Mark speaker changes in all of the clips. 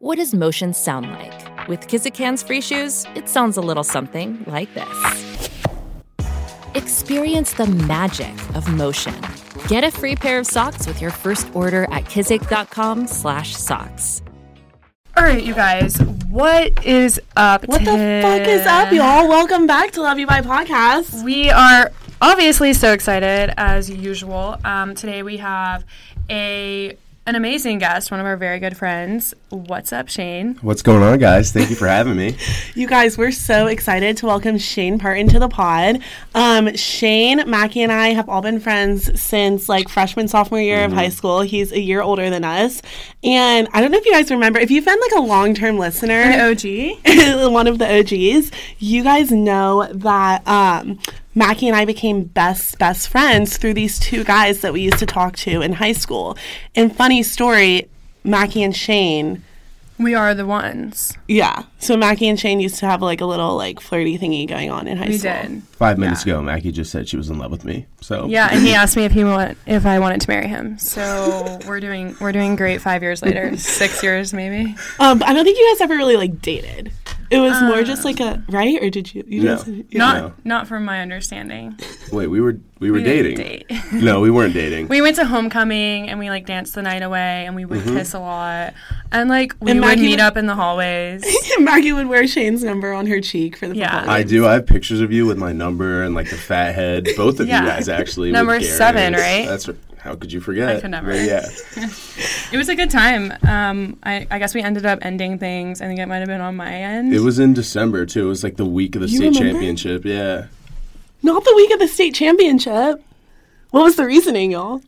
Speaker 1: What does motion sound like? With Kizikans free shoes, it sounds a little something like this. Experience the magic of motion. Get a free pair of socks with your first order at kizik.com/socks.
Speaker 2: All right, you guys, what is up?
Speaker 3: What the fuck is up,
Speaker 2: today?
Speaker 3: y'all? Welcome back to Love You By Podcast.
Speaker 2: We are obviously so excited as usual. Um, today we have a an amazing guest, one of our very good friends. What's up, Shane?
Speaker 4: What's going on, guys? Thank you for having me.
Speaker 3: You guys, we're so excited to welcome Shane Parton to the pod. Um, Shane, Mackie, and I have all been friends since like freshman, sophomore year of high school. He's a year older than us. And I don't know if you guys remember, if you've been like a long term listener,
Speaker 2: OG.
Speaker 3: one of the OGs, you guys know that um, Mackie and I became best best friends through these two guys that we used to talk to in high school. And funny story, Mackie and Shane.
Speaker 2: We are the ones.
Speaker 3: Yeah. So Mackie and Shane used to have like a little like flirty thingy going on in high
Speaker 2: We
Speaker 3: school.
Speaker 2: did.
Speaker 4: Five minutes ago, Mackie just said she was in love with me. So
Speaker 2: Yeah, and he asked me if he want if I wanted to marry him. So we're doing we're doing great five years later. Six years maybe.
Speaker 3: Um, but I don't think you guys ever really like dated. It was more
Speaker 2: Um,
Speaker 3: just like a right, or did you? you
Speaker 4: No.
Speaker 3: guys- you-
Speaker 2: Not
Speaker 4: No.
Speaker 2: not from my understanding.
Speaker 4: wait, we were we were
Speaker 2: We
Speaker 4: dating.
Speaker 2: didn't date.
Speaker 4: No, we weren't dating.
Speaker 2: We went to homecoming and we like danced the night away and we would
Speaker 4: Mm-hmm.
Speaker 2: kiss a lot and like we
Speaker 3: And
Speaker 2: would
Speaker 3: Maggie
Speaker 2: meet
Speaker 3: would-
Speaker 2: up in the hallways.
Speaker 3: Maggie would wear Shane's number on her cheek for the
Speaker 2: Yeah.
Speaker 3: football
Speaker 4: I
Speaker 3: game.
Speaker 4: do. I have pictures of you with my number and like the fat head. Both of
Speaker 2: Yeah.
Speaker 4: you guys actually. with
Speaker 2: Number
Speaker 4: Garrett's.
Speaker 2: seven, right?
Speaker 4: That's r- how could you forget?
Speaker 2: I could never.
Speaker 4: Yeah.
Speaker 2: It was a good time. Um, I, I guess we ended up ending things. I think it might have been on my end.
Speaker 4: It was in December too. It was like the week of the
Speaker 3: You
Speaker 4: state
Speaker 3: remember?
Speaker 4: championship. Yeah.
Speaker 3: Not the week of the state championship. What was the reasoning, y'all?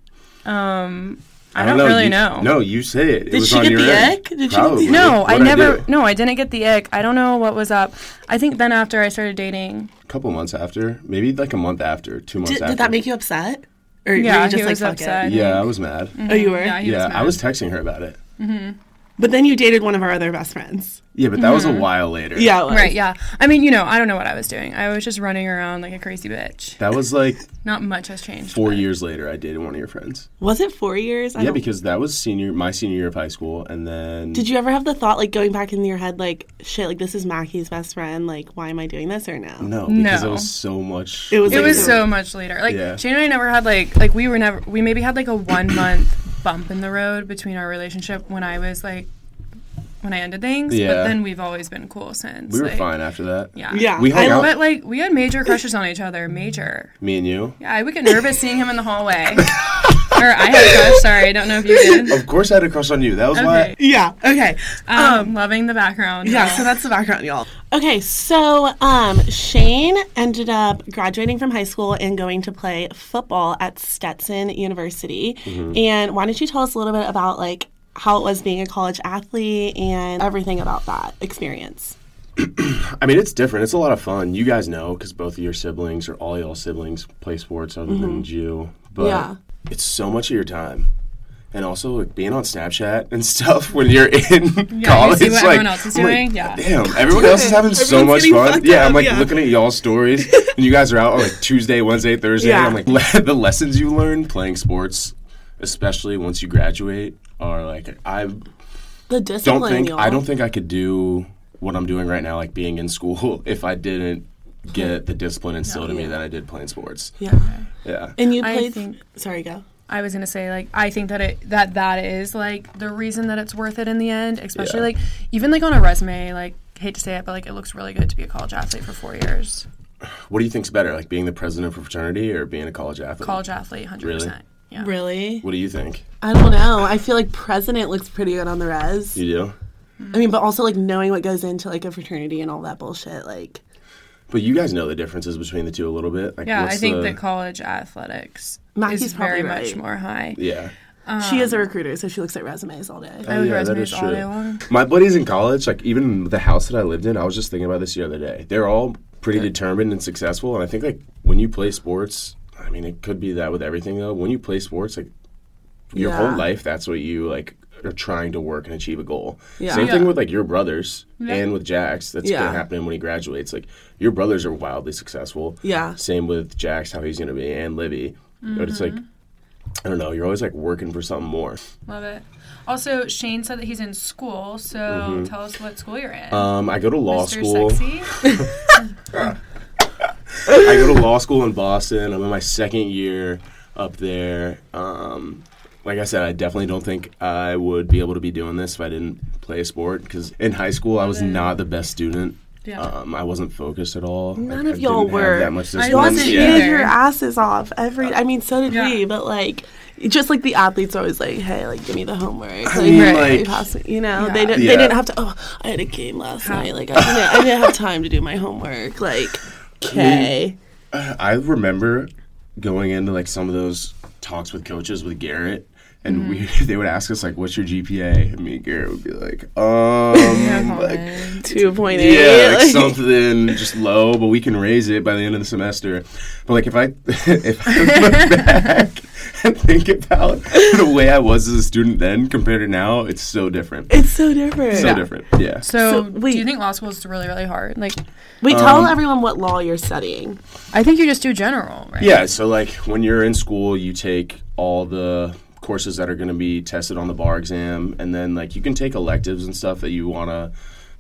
Speaker 2: um, I, don't, really
Speaker 4: you-
Speaker 2: know.
Speaker 4: No, you say it. It
Speaker 3: Did
Speaker 4: was
Speaker 3: she
Speaker 4: on
Speaker 3: get
Speaker 4: your
Speaker 3: the
Speaker 4: end.
Speaker 3: ick? Did she get the
Speaker 4: Probably.
Speaker 3: ick?
Speaker 2: No, I
Speaker 4: What'd
Speaker 2: never.
Speaker 4: do?
Speaker 2: no, I didn't get the ick. I don't know what was up. I think then after I started dating,
Speaker 4: A couple months after, maybe like a month after, two months
Speaker 3: Did,
Speaker 4: after.
Speaker 3: did that make you upset? Or were
Speaker 2: Yeah,
Speaker 3: you just
Speaker 2: he
Speaker 3: like
Speaker 2: was
Speaker 3: fuck
Speaker 2: upset.
Speaker 3: it?
Speaker 4: Yeah, I was mad.
Speaker 2: Mm.
Speaker 3: Oh, you were.
Speaker 2: yeah, he
Speaker 4: Yeah,
Speaker 2: was
Speaker 4: I
Speaker 2: mad.
Speaker 4: was texting her about it.
Speaker 3: But then you dated one of our other best friends.
Speaker 4: Yeah, but that was a while later.
Speaker 3: Yeah, it was.
Speaker 2: right. Yeah, I mean, you know, I don't know what I was doing. I was just running around like a crazy bitch.
Speaker 4: That was like
Speaker 2: Not much has changed.
Speaker 4: four years later. I dated one of your friends.
Speaker 3: Was it four years? I
Speaker 4: yeah,
Speaker 3: don't-
Speaker 4: because that was senior, my senior year of high school, and then
Speaker 3: Did you ever have the thought, like, going back in your head, like, shit, like, this is Mackie's best friend, like, why am I doing this or no?
Speaker 4: no, because
Speaker 2: No.
Speaker 4: it was so much.
Speaker 3: It was
Speaker 2: It
Speaker 4: later.
Speaker 2: was so much later. Like
Speaker 4: Yeah.
Speaker 2: Shane and I never had like like we were never we maybe had like a one month bump in the road between our relationship when I was like when I ended things. But
Speaker 4: Yeah.
Speaker 2: then we've always been cool since.
Speaker 4: We were
Speaker 2: like,
Speaker 4: fine after that.
Speaker 2: Yeah.
Speaker 3: Yeah.
Speaker 4: We hung
Speaker 3: I-
Speaker 4: out.
Speaker 2: But like we had major crushes on each other. Major.
Speaker 4: Me and you.
Speaker 2: Yeah, I would get nervous seeing him in the hallway. or I had a crush, sorry, I don't know if you did.
Speaker 4: Of course, I had a crush on you. That was
Speaker 2: Okay.
Speaker 4: why.
Speaker 3: Yeah, Uh, okay.
Speaker 2: Um, loving the background.
Speaker 3: Yeah,
Speaker 2: though.
Speaker 3: so that's the background, y'all. Okay, so um, Shane ended up graduating from high school and going to play football at Stetson University.
Speaker 4: Mm-hmm.
Speaker 3: And why don't you tell us a little bit about, like, how it was being a college athlete and everything about that experience?
Speaker 4: I mean, it's different. It's a lot of fun. You guys know because both of your siblings or all y'all siblings play sports other than you. But
Speaker 3: Yeah.
Speaker 4: it's so much of your time. And also, like being on Snapchat and stuff when you're in college,
Speaker 2: see what
Speaker 4: like,
Speaker 2: everyone else is
Speaker 4: I'm like,
Speaker 2: doing? Yeah.
Speaker 4: damn, everyone else is having so
Speaker 3: Everyone's
Speaker 4: much
Speaker 3: getting
Speaker 4: fun.
Speaker 3: fucked
Speaker 4: Yeah,
Speaker 3: up,
Speaker 4: I'm like
Speaker 3: yeah.
Speaker 4: looking at y'all's stories, and you guys are out on like Tuesday, Wednesday, Thursday.
Speaker 3: Yeah.
Speaker 4: I'm like, le- the lessons you learn playing sports, especially once you graduate, are like I
Speaker 3: The
Speaker 4: don't
Speaker 3: discipline,
Speaker 4: think
Speaker 3: y'all.
Speaker 4: I don't think I could do what I'm doing right now, like being in school, if I didn't get the discipline instilled in me that I did playing sports.
Speaker 3: Yeah.
Speaker 4: Yeah.
Speaker 3: And you
Speaker 2: I
Speaker 3: played.
Speaker 2: think-
Speaker 3: sorry, go.
Speaker 2: I was gonna say like I think that it that that is like the reason that it's worth it in the end, especially
Speaker 4: Yeah.
Speaker 2: like even like on a resume. Like hate to say it, but like it looks really good to be a college athlete for four years.
Speaker 4: What do you think's better, like being the president of a fraternity or being a college athlete?
Speaker 2: College athlete, hundred
Speaker 4: Really?
Speaker 2: percent. Yeah.
Speaker 3: Really?
Speaker 4: What do you think?
Speaker 3: I don't know. I feel like president looks pretty good on the res.
Speaker 4: You do?
Speaker 3: I mean, but also like knowing what goes into like a fraternity and all that bullshit. Like,
Speaker 4: But you guys know the differences between the two a little bit. Like,
Speaker 2: Yeah,
Speaker 4: what's
Speaker 2: I think
Speaker 4: the,
Speaker 2: that college athletics
Speaker 3: Mackie's
Speaker 2: is very
Speaker 3: probably
Speaker 2: much
Speaker 3: right.
Speaker 2: more high.
Speaker 4: yeah.
Speaker 3: she
Speaker 2: Um,
Speaker 3: is a recruiter, so she looks at resumes all day.
Speaker 2: I would
Speaker 4: Oh, yeah, that
Speaker 2: resumes
Speaker 4: is
Speaker 2: all
Speaker 4: true.
Speaker 2: day long.
Speaker 4: My buddies in college, like even the house that I lived in, I was just thinking about this the other day. They're all pretty determined and successful, and I think like when you play sports, I mean it could be that with everything though. When you play sports, like your
Speaker 3: Yeah.
Speaker 4: whole life, that's what you like are trying to work and achieve a goal.
Speaker 3: Yeah.
Speaker 4: Same
Speaker 2: Yeah.
Speaker 4: thing with like your brothers and with Jax. That's
Speaker 3: Yeah.
Speaker 4: gonna happen when he graduates. Like your brothers are wildly successful.
Speaker 3: Yeah.
Speaker 4: Same with Jax, how he's gonna be, and Livy. But it's like I don't know. You're always like working for something more.
Speaker 2: Love it. Also, Shane said that he's in school, so tell us what school you're in.
Speaker 4: Um, I go to Mm-hmm. law
Speaker 2: Mr.
Speaker 4: school.
Speaker 2: Sexy.
Speaker 4: I go to law school in Boston. I'm in my second year up there. Um, like I said, I definitely don't think I would be able to be doing this if I didn't play a sport. Because in high school, I was not the best student.
Speaker 2: Yeah.
Speaker 4: Um, I wasn't focused at all.
Speaker 3: None
Speaker 4: I,
Speaker 3: of y'all
Speaker 4: didn't have
Speaker 3: were.
Speaker 4: that much
Speaker 2: I
Speaker 4: discipline.
Speaker 2: wasn't
Speaker 4: Yeah.
Speaker 2: either.
Speaker 3: You your asses off every. I mean, so did
Speaker 2: Yeah.
Speaker 3: we, but like, just like the athletes are always like, "Hey, like, give me the homework." Like,
Speaker 4: mean,
Speaker 3: hey,
Speaker 4: like-
Speaker 3: pass me- you know, they didn't.
Speaker 4: Yeah.
Speaker 3: They didn't have to. Oh, I had a game last night. Like, I didn't, I didn't have time to do my homework. Like, okay,
Speaker 4: I remember going into like some of those talks with coaches with Garrett, and we they would ask us like, "What's your GPA?" And me and Garrett would be like, "Um, like,
Speaker 3: two point eight.
Speaker 4: yeah, like something just low, but we can raise it by the end of the semester." But like if I if I look back and think about the way I was as a student then compared to now, it's so different.
Speaker 3: it's so different.
Speaker 4: So different, yeah.
Speaker 2: So,
Speaker 3: So,
Speaker 2: do
Speaker 3: wait.
Speaker 2: you think law school is really, really hard? Like,
Speaker 3: Wait,
Speaker 4: um,
Speaker 3: tell everyone what law you're studying.
Speaker 2: I think you just do general, right?
Speaker 4: Yeah, so like when you're in school, you take all the courses that are going to be tested on the bar exam, and then like you can take electives and stuff that you want to,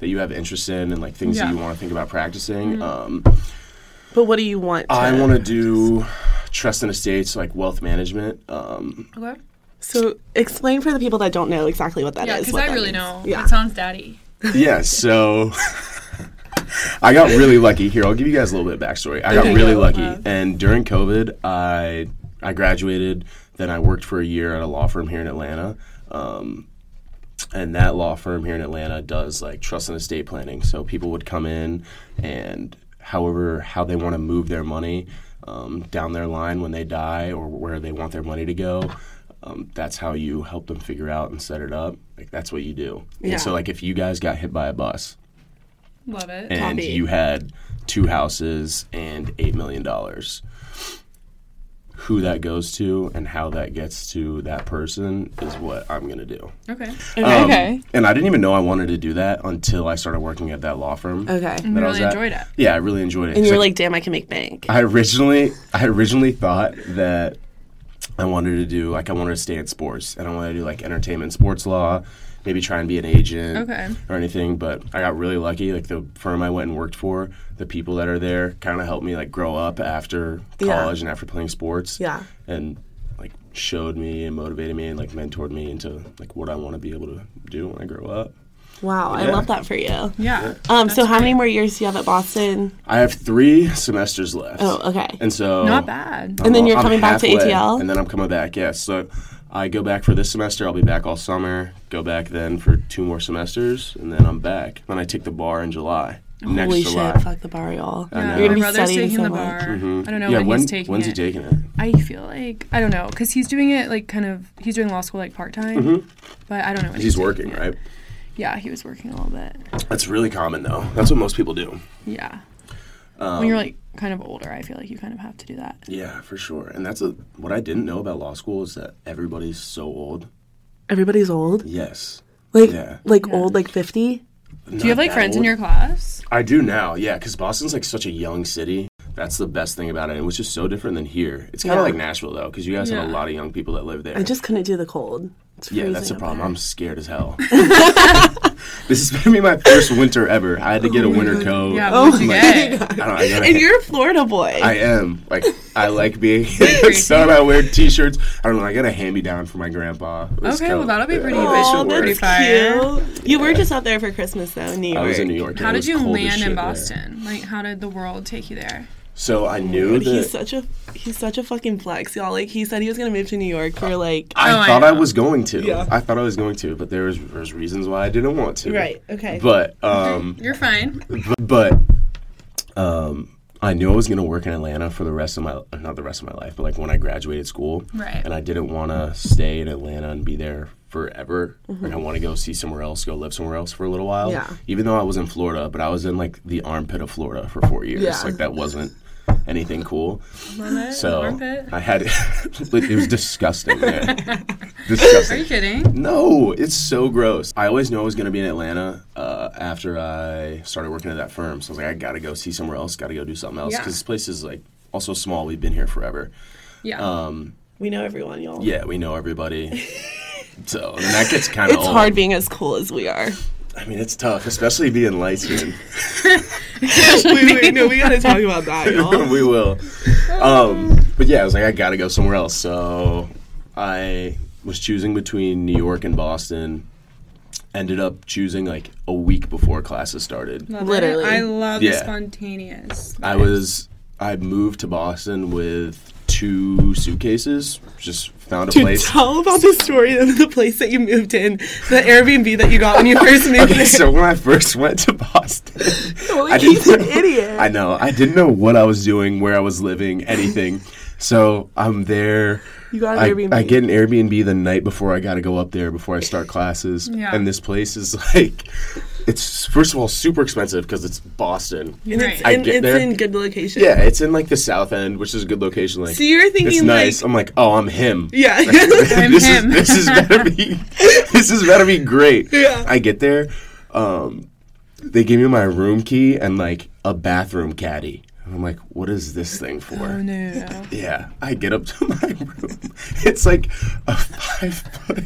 Speaker 4: that you have interest in, and like things
Speaker 2: Yeah.
Speaker 4: that you want to think about practicing. Um,
Speaker 3: But what do you want? To,
Speaker 4: I want to do trust and estates, like wealth management. Um,
Speaker 2: Okay.
Speaker 3: So explain for the people that don't know exactly what that is.
Speaker 2: Yeah, because
Speaker 3: what
Speaker 2: I
Speaker 3: that
Speaker 2: really
Speaker 3: means.
Speaker 2: know.
Speaker 3: Yeah.
Speaker 2: It sounds daddy.
Speaker 4: yeah, so I got really lucky. Here, I'll give you guys a little bit of backstory. I got
Speaker 2: Okay,
Speaker 4: really
Speaker 2: go.
Speaker 4: lucky, and during COVID, I I graduated. Then I worked for a year at a law firm here in Atlanta. Um, and that law firm here in Atlanta does like trust and estate planning. So people would come in and however how they want to move their money um, down their line when they die or where they want their money to go. Um, that's how you help them figure out and set it up. Like that's what you do.
Speaker 3: Yeah.
Speaker 4: And so like if you guys got hit by a bus
Speaker 2: Love it.
Speaker 4: and
Speaker 3: Copy.
Speaker 4: you had two houses and eight million dollars. Who that goes to and how that gets to that person is what I'm gonna do.
Speaker 2: Okay.
Speaker 4: Um,
Speaker 2: okay.
Speaker 4: And I didn't even know I wanted to do that until I started working at that law firm.
Speaker 3: Okay.
Speaker 4: that I was
Speaker 2: really
Speaker 4: at.
Speaker 2: enjoyed it.
Speaker 4: Yeah, I really enjoyed it.
Speaker 3: And you're
Speaker 4: 'Cause
Speaker 3: like, damn, I can make bank.
Speaker 4: I originally, I originally thought that I wanted to do like I wanted to stay at sports and I wanted to do like entertainment, and sports law, maybe try and be an agent
Speaker 2: Okay.
Speaker 4: or anything. But I got really lucky. Like the firm I went and worked for, the people that are there kind of helped me like grow up after
Speaker 3: Yeah.
Speaker 4: college and after playing sports.
Speaker 3: Yeah.
Speaker 4: and like showed me and motivated me and like mentored me into like what I want to be able to do when I grow up.
Speaker 3: Wow, I
Speaker 4: Yeah.
Speaker 3: love that for you.
Speaker 2: Yeah.
Speaker 3: Um, so how many more years do you have at Boston?
Speaker 4: I have three semesters left.
Speaker 3: Oh, okay.
Speaker 4: And so
Speaker 2: Not bad.
Speaker 3: And then
Speaker 4: I'm-
Speaker 3: you're
Speaker 4: I'm
Speaker 3: coming back to
Speaker 4: halfway,
Speaker 3: ATL?
Speaker 4: And then I'm coming back, yes. So I go back for this semester. I'll be back all summer. Go back then for two more semesters, and then I'm back. Then I take the bar in July. Next
Speaker 3: Holy
Speaker 4: July.
Speaker 3: shit, fuck the bar, y'all.
Speaker 4: know.
Speaker 3: You're
Speaker 2: My
Speaker 3: gonna be
Speaker 2: brother's
Speaker 3: studying
Speaker 2: taking
Speaker 3: so
Speaker 2: the
Speaker 3: much.
Speaker 2: bar. I don't know
Speaker 4: Mm-hmm. yeah,
Speaker 2: when,
Speaker 4: when,
Speaker 2: he's taking
Speaker 4: when's
Speaker 2: it.
Speaker 4: he taking it?
Speaker 2: I feel like I don't know because he's doing it like kind of he's doing law school like part time, but I don't know. When
Speaker 4: Mm-hmm. He's
Speaker 2: doing
Speaker 4: working,
Speaker 2: it.
Speaker 4: right?
Speaker 2: Yeah, he was working a little bit.
Speaker 4: That's really common, though. That's what most people do.
Speaker 2: Yeah.
Speaker 4: Um,
Speaker 2: when you're like kind of older, I feel like you kind of have to do that.
Speaker 4: Yeah, for sure. And that's a, what I didn't know about law school is that everybody's so old.
Speaker 3: Everybody's old.
Speaker 4: Yes.
Speaker 3: Like
Speaker 4: Yeah.
Speaker 3: like old, like fifty.
Speaker 2: Do you have like friends in your class?
Speaker 4: I do now, yeah, because Boston's like such a young city. That's the best thing about it, which is so different than here. It's kind of
Speaker 3: Yeah.
Speaker 4: like Nashville though, because you guys have
Speaker 2: Yeah.
Speaker 4: a lot of young people that live there.
Speaker 3: I just couldn't do the cold. It's
Speaker 4: yeah,
Speaker 3: freezing
Speaker 4: that's the
Speaker 3: up
Speaker 4: problem.
Speaker 3: there.
Speaker 4: I'm scared as hell. this is gonna be my first winter ever. I had to get a winter coat.
Speaker 2: Yeah.
Speaker 4: I
Speaker 2: what'd you get?
Speaker 4: don't know, I gotta-
Speaker 3: And you're a Florida boy.
Speaker 4: I am like I like being. so I wear t-shirts. I don't know. I got a hand-me-down for my grandpa. This
Speaker 2: Okay, well,
Speaker 4: coat.
Speaker 2: that'll be pretty
Speaker 4: Yeah,
Speaker 2: visual.
Speaker 4: it should work.
Speaker 2: Pretty fire.
Speaker 3: cute. You were just out there for Christmas though, in New York.
Speaker 4: I was in New York.
Speaker 2: How
Speaker 4: and it
Speaker 2: did
Speaker 4: was
Speaker 2: you
Speaker 4: cold as
Speaker 2: land
Speaker 4: shit
Speaker 2: in
Speaker 4: there.
Speaker 2: Boston? Like, how did the world take you there?
Speaker 4: So I knew
Speaker 3: But
Speaker 4: that
Speaker 3: he's such a he's such a fucking flex, y'all. Like he said he was gonna move to New York for like
Speaker 4: I
Speaker 2: Oh, I
Speaker 4: thought I,
Speaker 2: know.
Speaker 4: was going to.
Speaker 3: Yeah.
Speaker 4: I thought I was going to, but there was, there was reasons why I didn't want to.
Speaker 3: Right, okay.
Speaker 4: But um,
Speaker 2: You're fine.
Speaker 4: but um, I knew I was going to work in Atlanta for the rest of my not the rest of my life, but like when I graduated school,
Speaker 2: Right.
Speaker 4: And I didn't want to stay in Atlanta and be there forever.
Speaker 2: Mm-hmm.
Speaker 4: Like I want to go see somewhere else, go live somewhere else for a little while.
Speaker 3: Yeah.
Speaker 4: Even though I was in Florida, but I was in like the armpit of Florida for four years.
Speaker 3: Yeah.
Speaker 4: Like that wasn't anything cool. So
Speaker 2: armpit?
Speaker 4: I had it was disgusting. Man. disgusting.
Speaker 2: Are you kidding?
Speaker 4: No, it's so gross. I always knew I was going to be in Atlanta uh, after I started working at that firm. So I was like, I got to go see somewhere else, got to go do something else.
Speaker 2: Yeah.
Speaker 4: Because this place is like also small. We've been here forever.
Speaker 2: Yeah.
Speaker 4: Um,
Speaker 3: We know everyone, y'all.
Speaker 4: Yeah, we know everybody. so and that gets kind of
Speaker 3: It's hard being as cool as we are.
Speaker 4: I mean, it's tough, especially being light skinned.
Speaker 3: wait, wait, no, we gotta talk about that, y'all.
Speaker 4: we will. Um, but yeah, I was like, I gotta go somewhere else. So I was choosing between New York and Boston. Ended up choosing like a week before classes started.
Speaker 2: Love it.
Speaker 3: Literally.
Speaker 2: I love the
Speaker 4: Yeah.
Speaker 2: spontaneous.
Speaker 4: I was I moved to Boston with two suitcases. Just found a place.
Speaker 3: Tell about the story of the place that you moved in, the Airbnb that you got when you first moved
Speaker 4: Okay,
Speaker 3: in.
Speaker 4: so when I first went to Boston, I
Speaker 3: he's an idiot.
Speaker 4: I know. I didn't know what I was doing, where I was living, anything. So I'm there.
Speaker 3: You got an
Speaker 4: I,
Speaker 3: Airbnb.
Speaker 4: I get an Airbnb the night before I got to go up there before I start classes.
Speaker 2: Yeah.
Speaker 4: And this place is like, it's first of all super expensive because it's Boston.
Speaker 3: And it's,
Speaker 2: Right.
Speaker 4: I
Speaker 3: in,
Speaker 4: get
Speaker 3: it's
Speaker 4: there.
Speaker 3: in good location.
Speaker 4: Yeah, it's in like the South End, which is a good location. Like,
Speaker 3: So you're thinking
Speaker 4: it's nice.
Speaker 3: like
Speaker 4: I'm like, oh, I'm him.
Speaker 3: Yeah.
Speaker 2: I'm
Speaker 4: this
Speaker 2: him.
Speaker 4: is this is better be this is better be great.
Speaker 3: Yeah.
Speaker 4: I get there, um, they give me my room key and like a bathroom caddy. And I'm like, what is this thing for?
Speaker 3: Oh,
Speaker 2: no.
Speaker 4: Yeah, I get up to my room. It's like a five foot.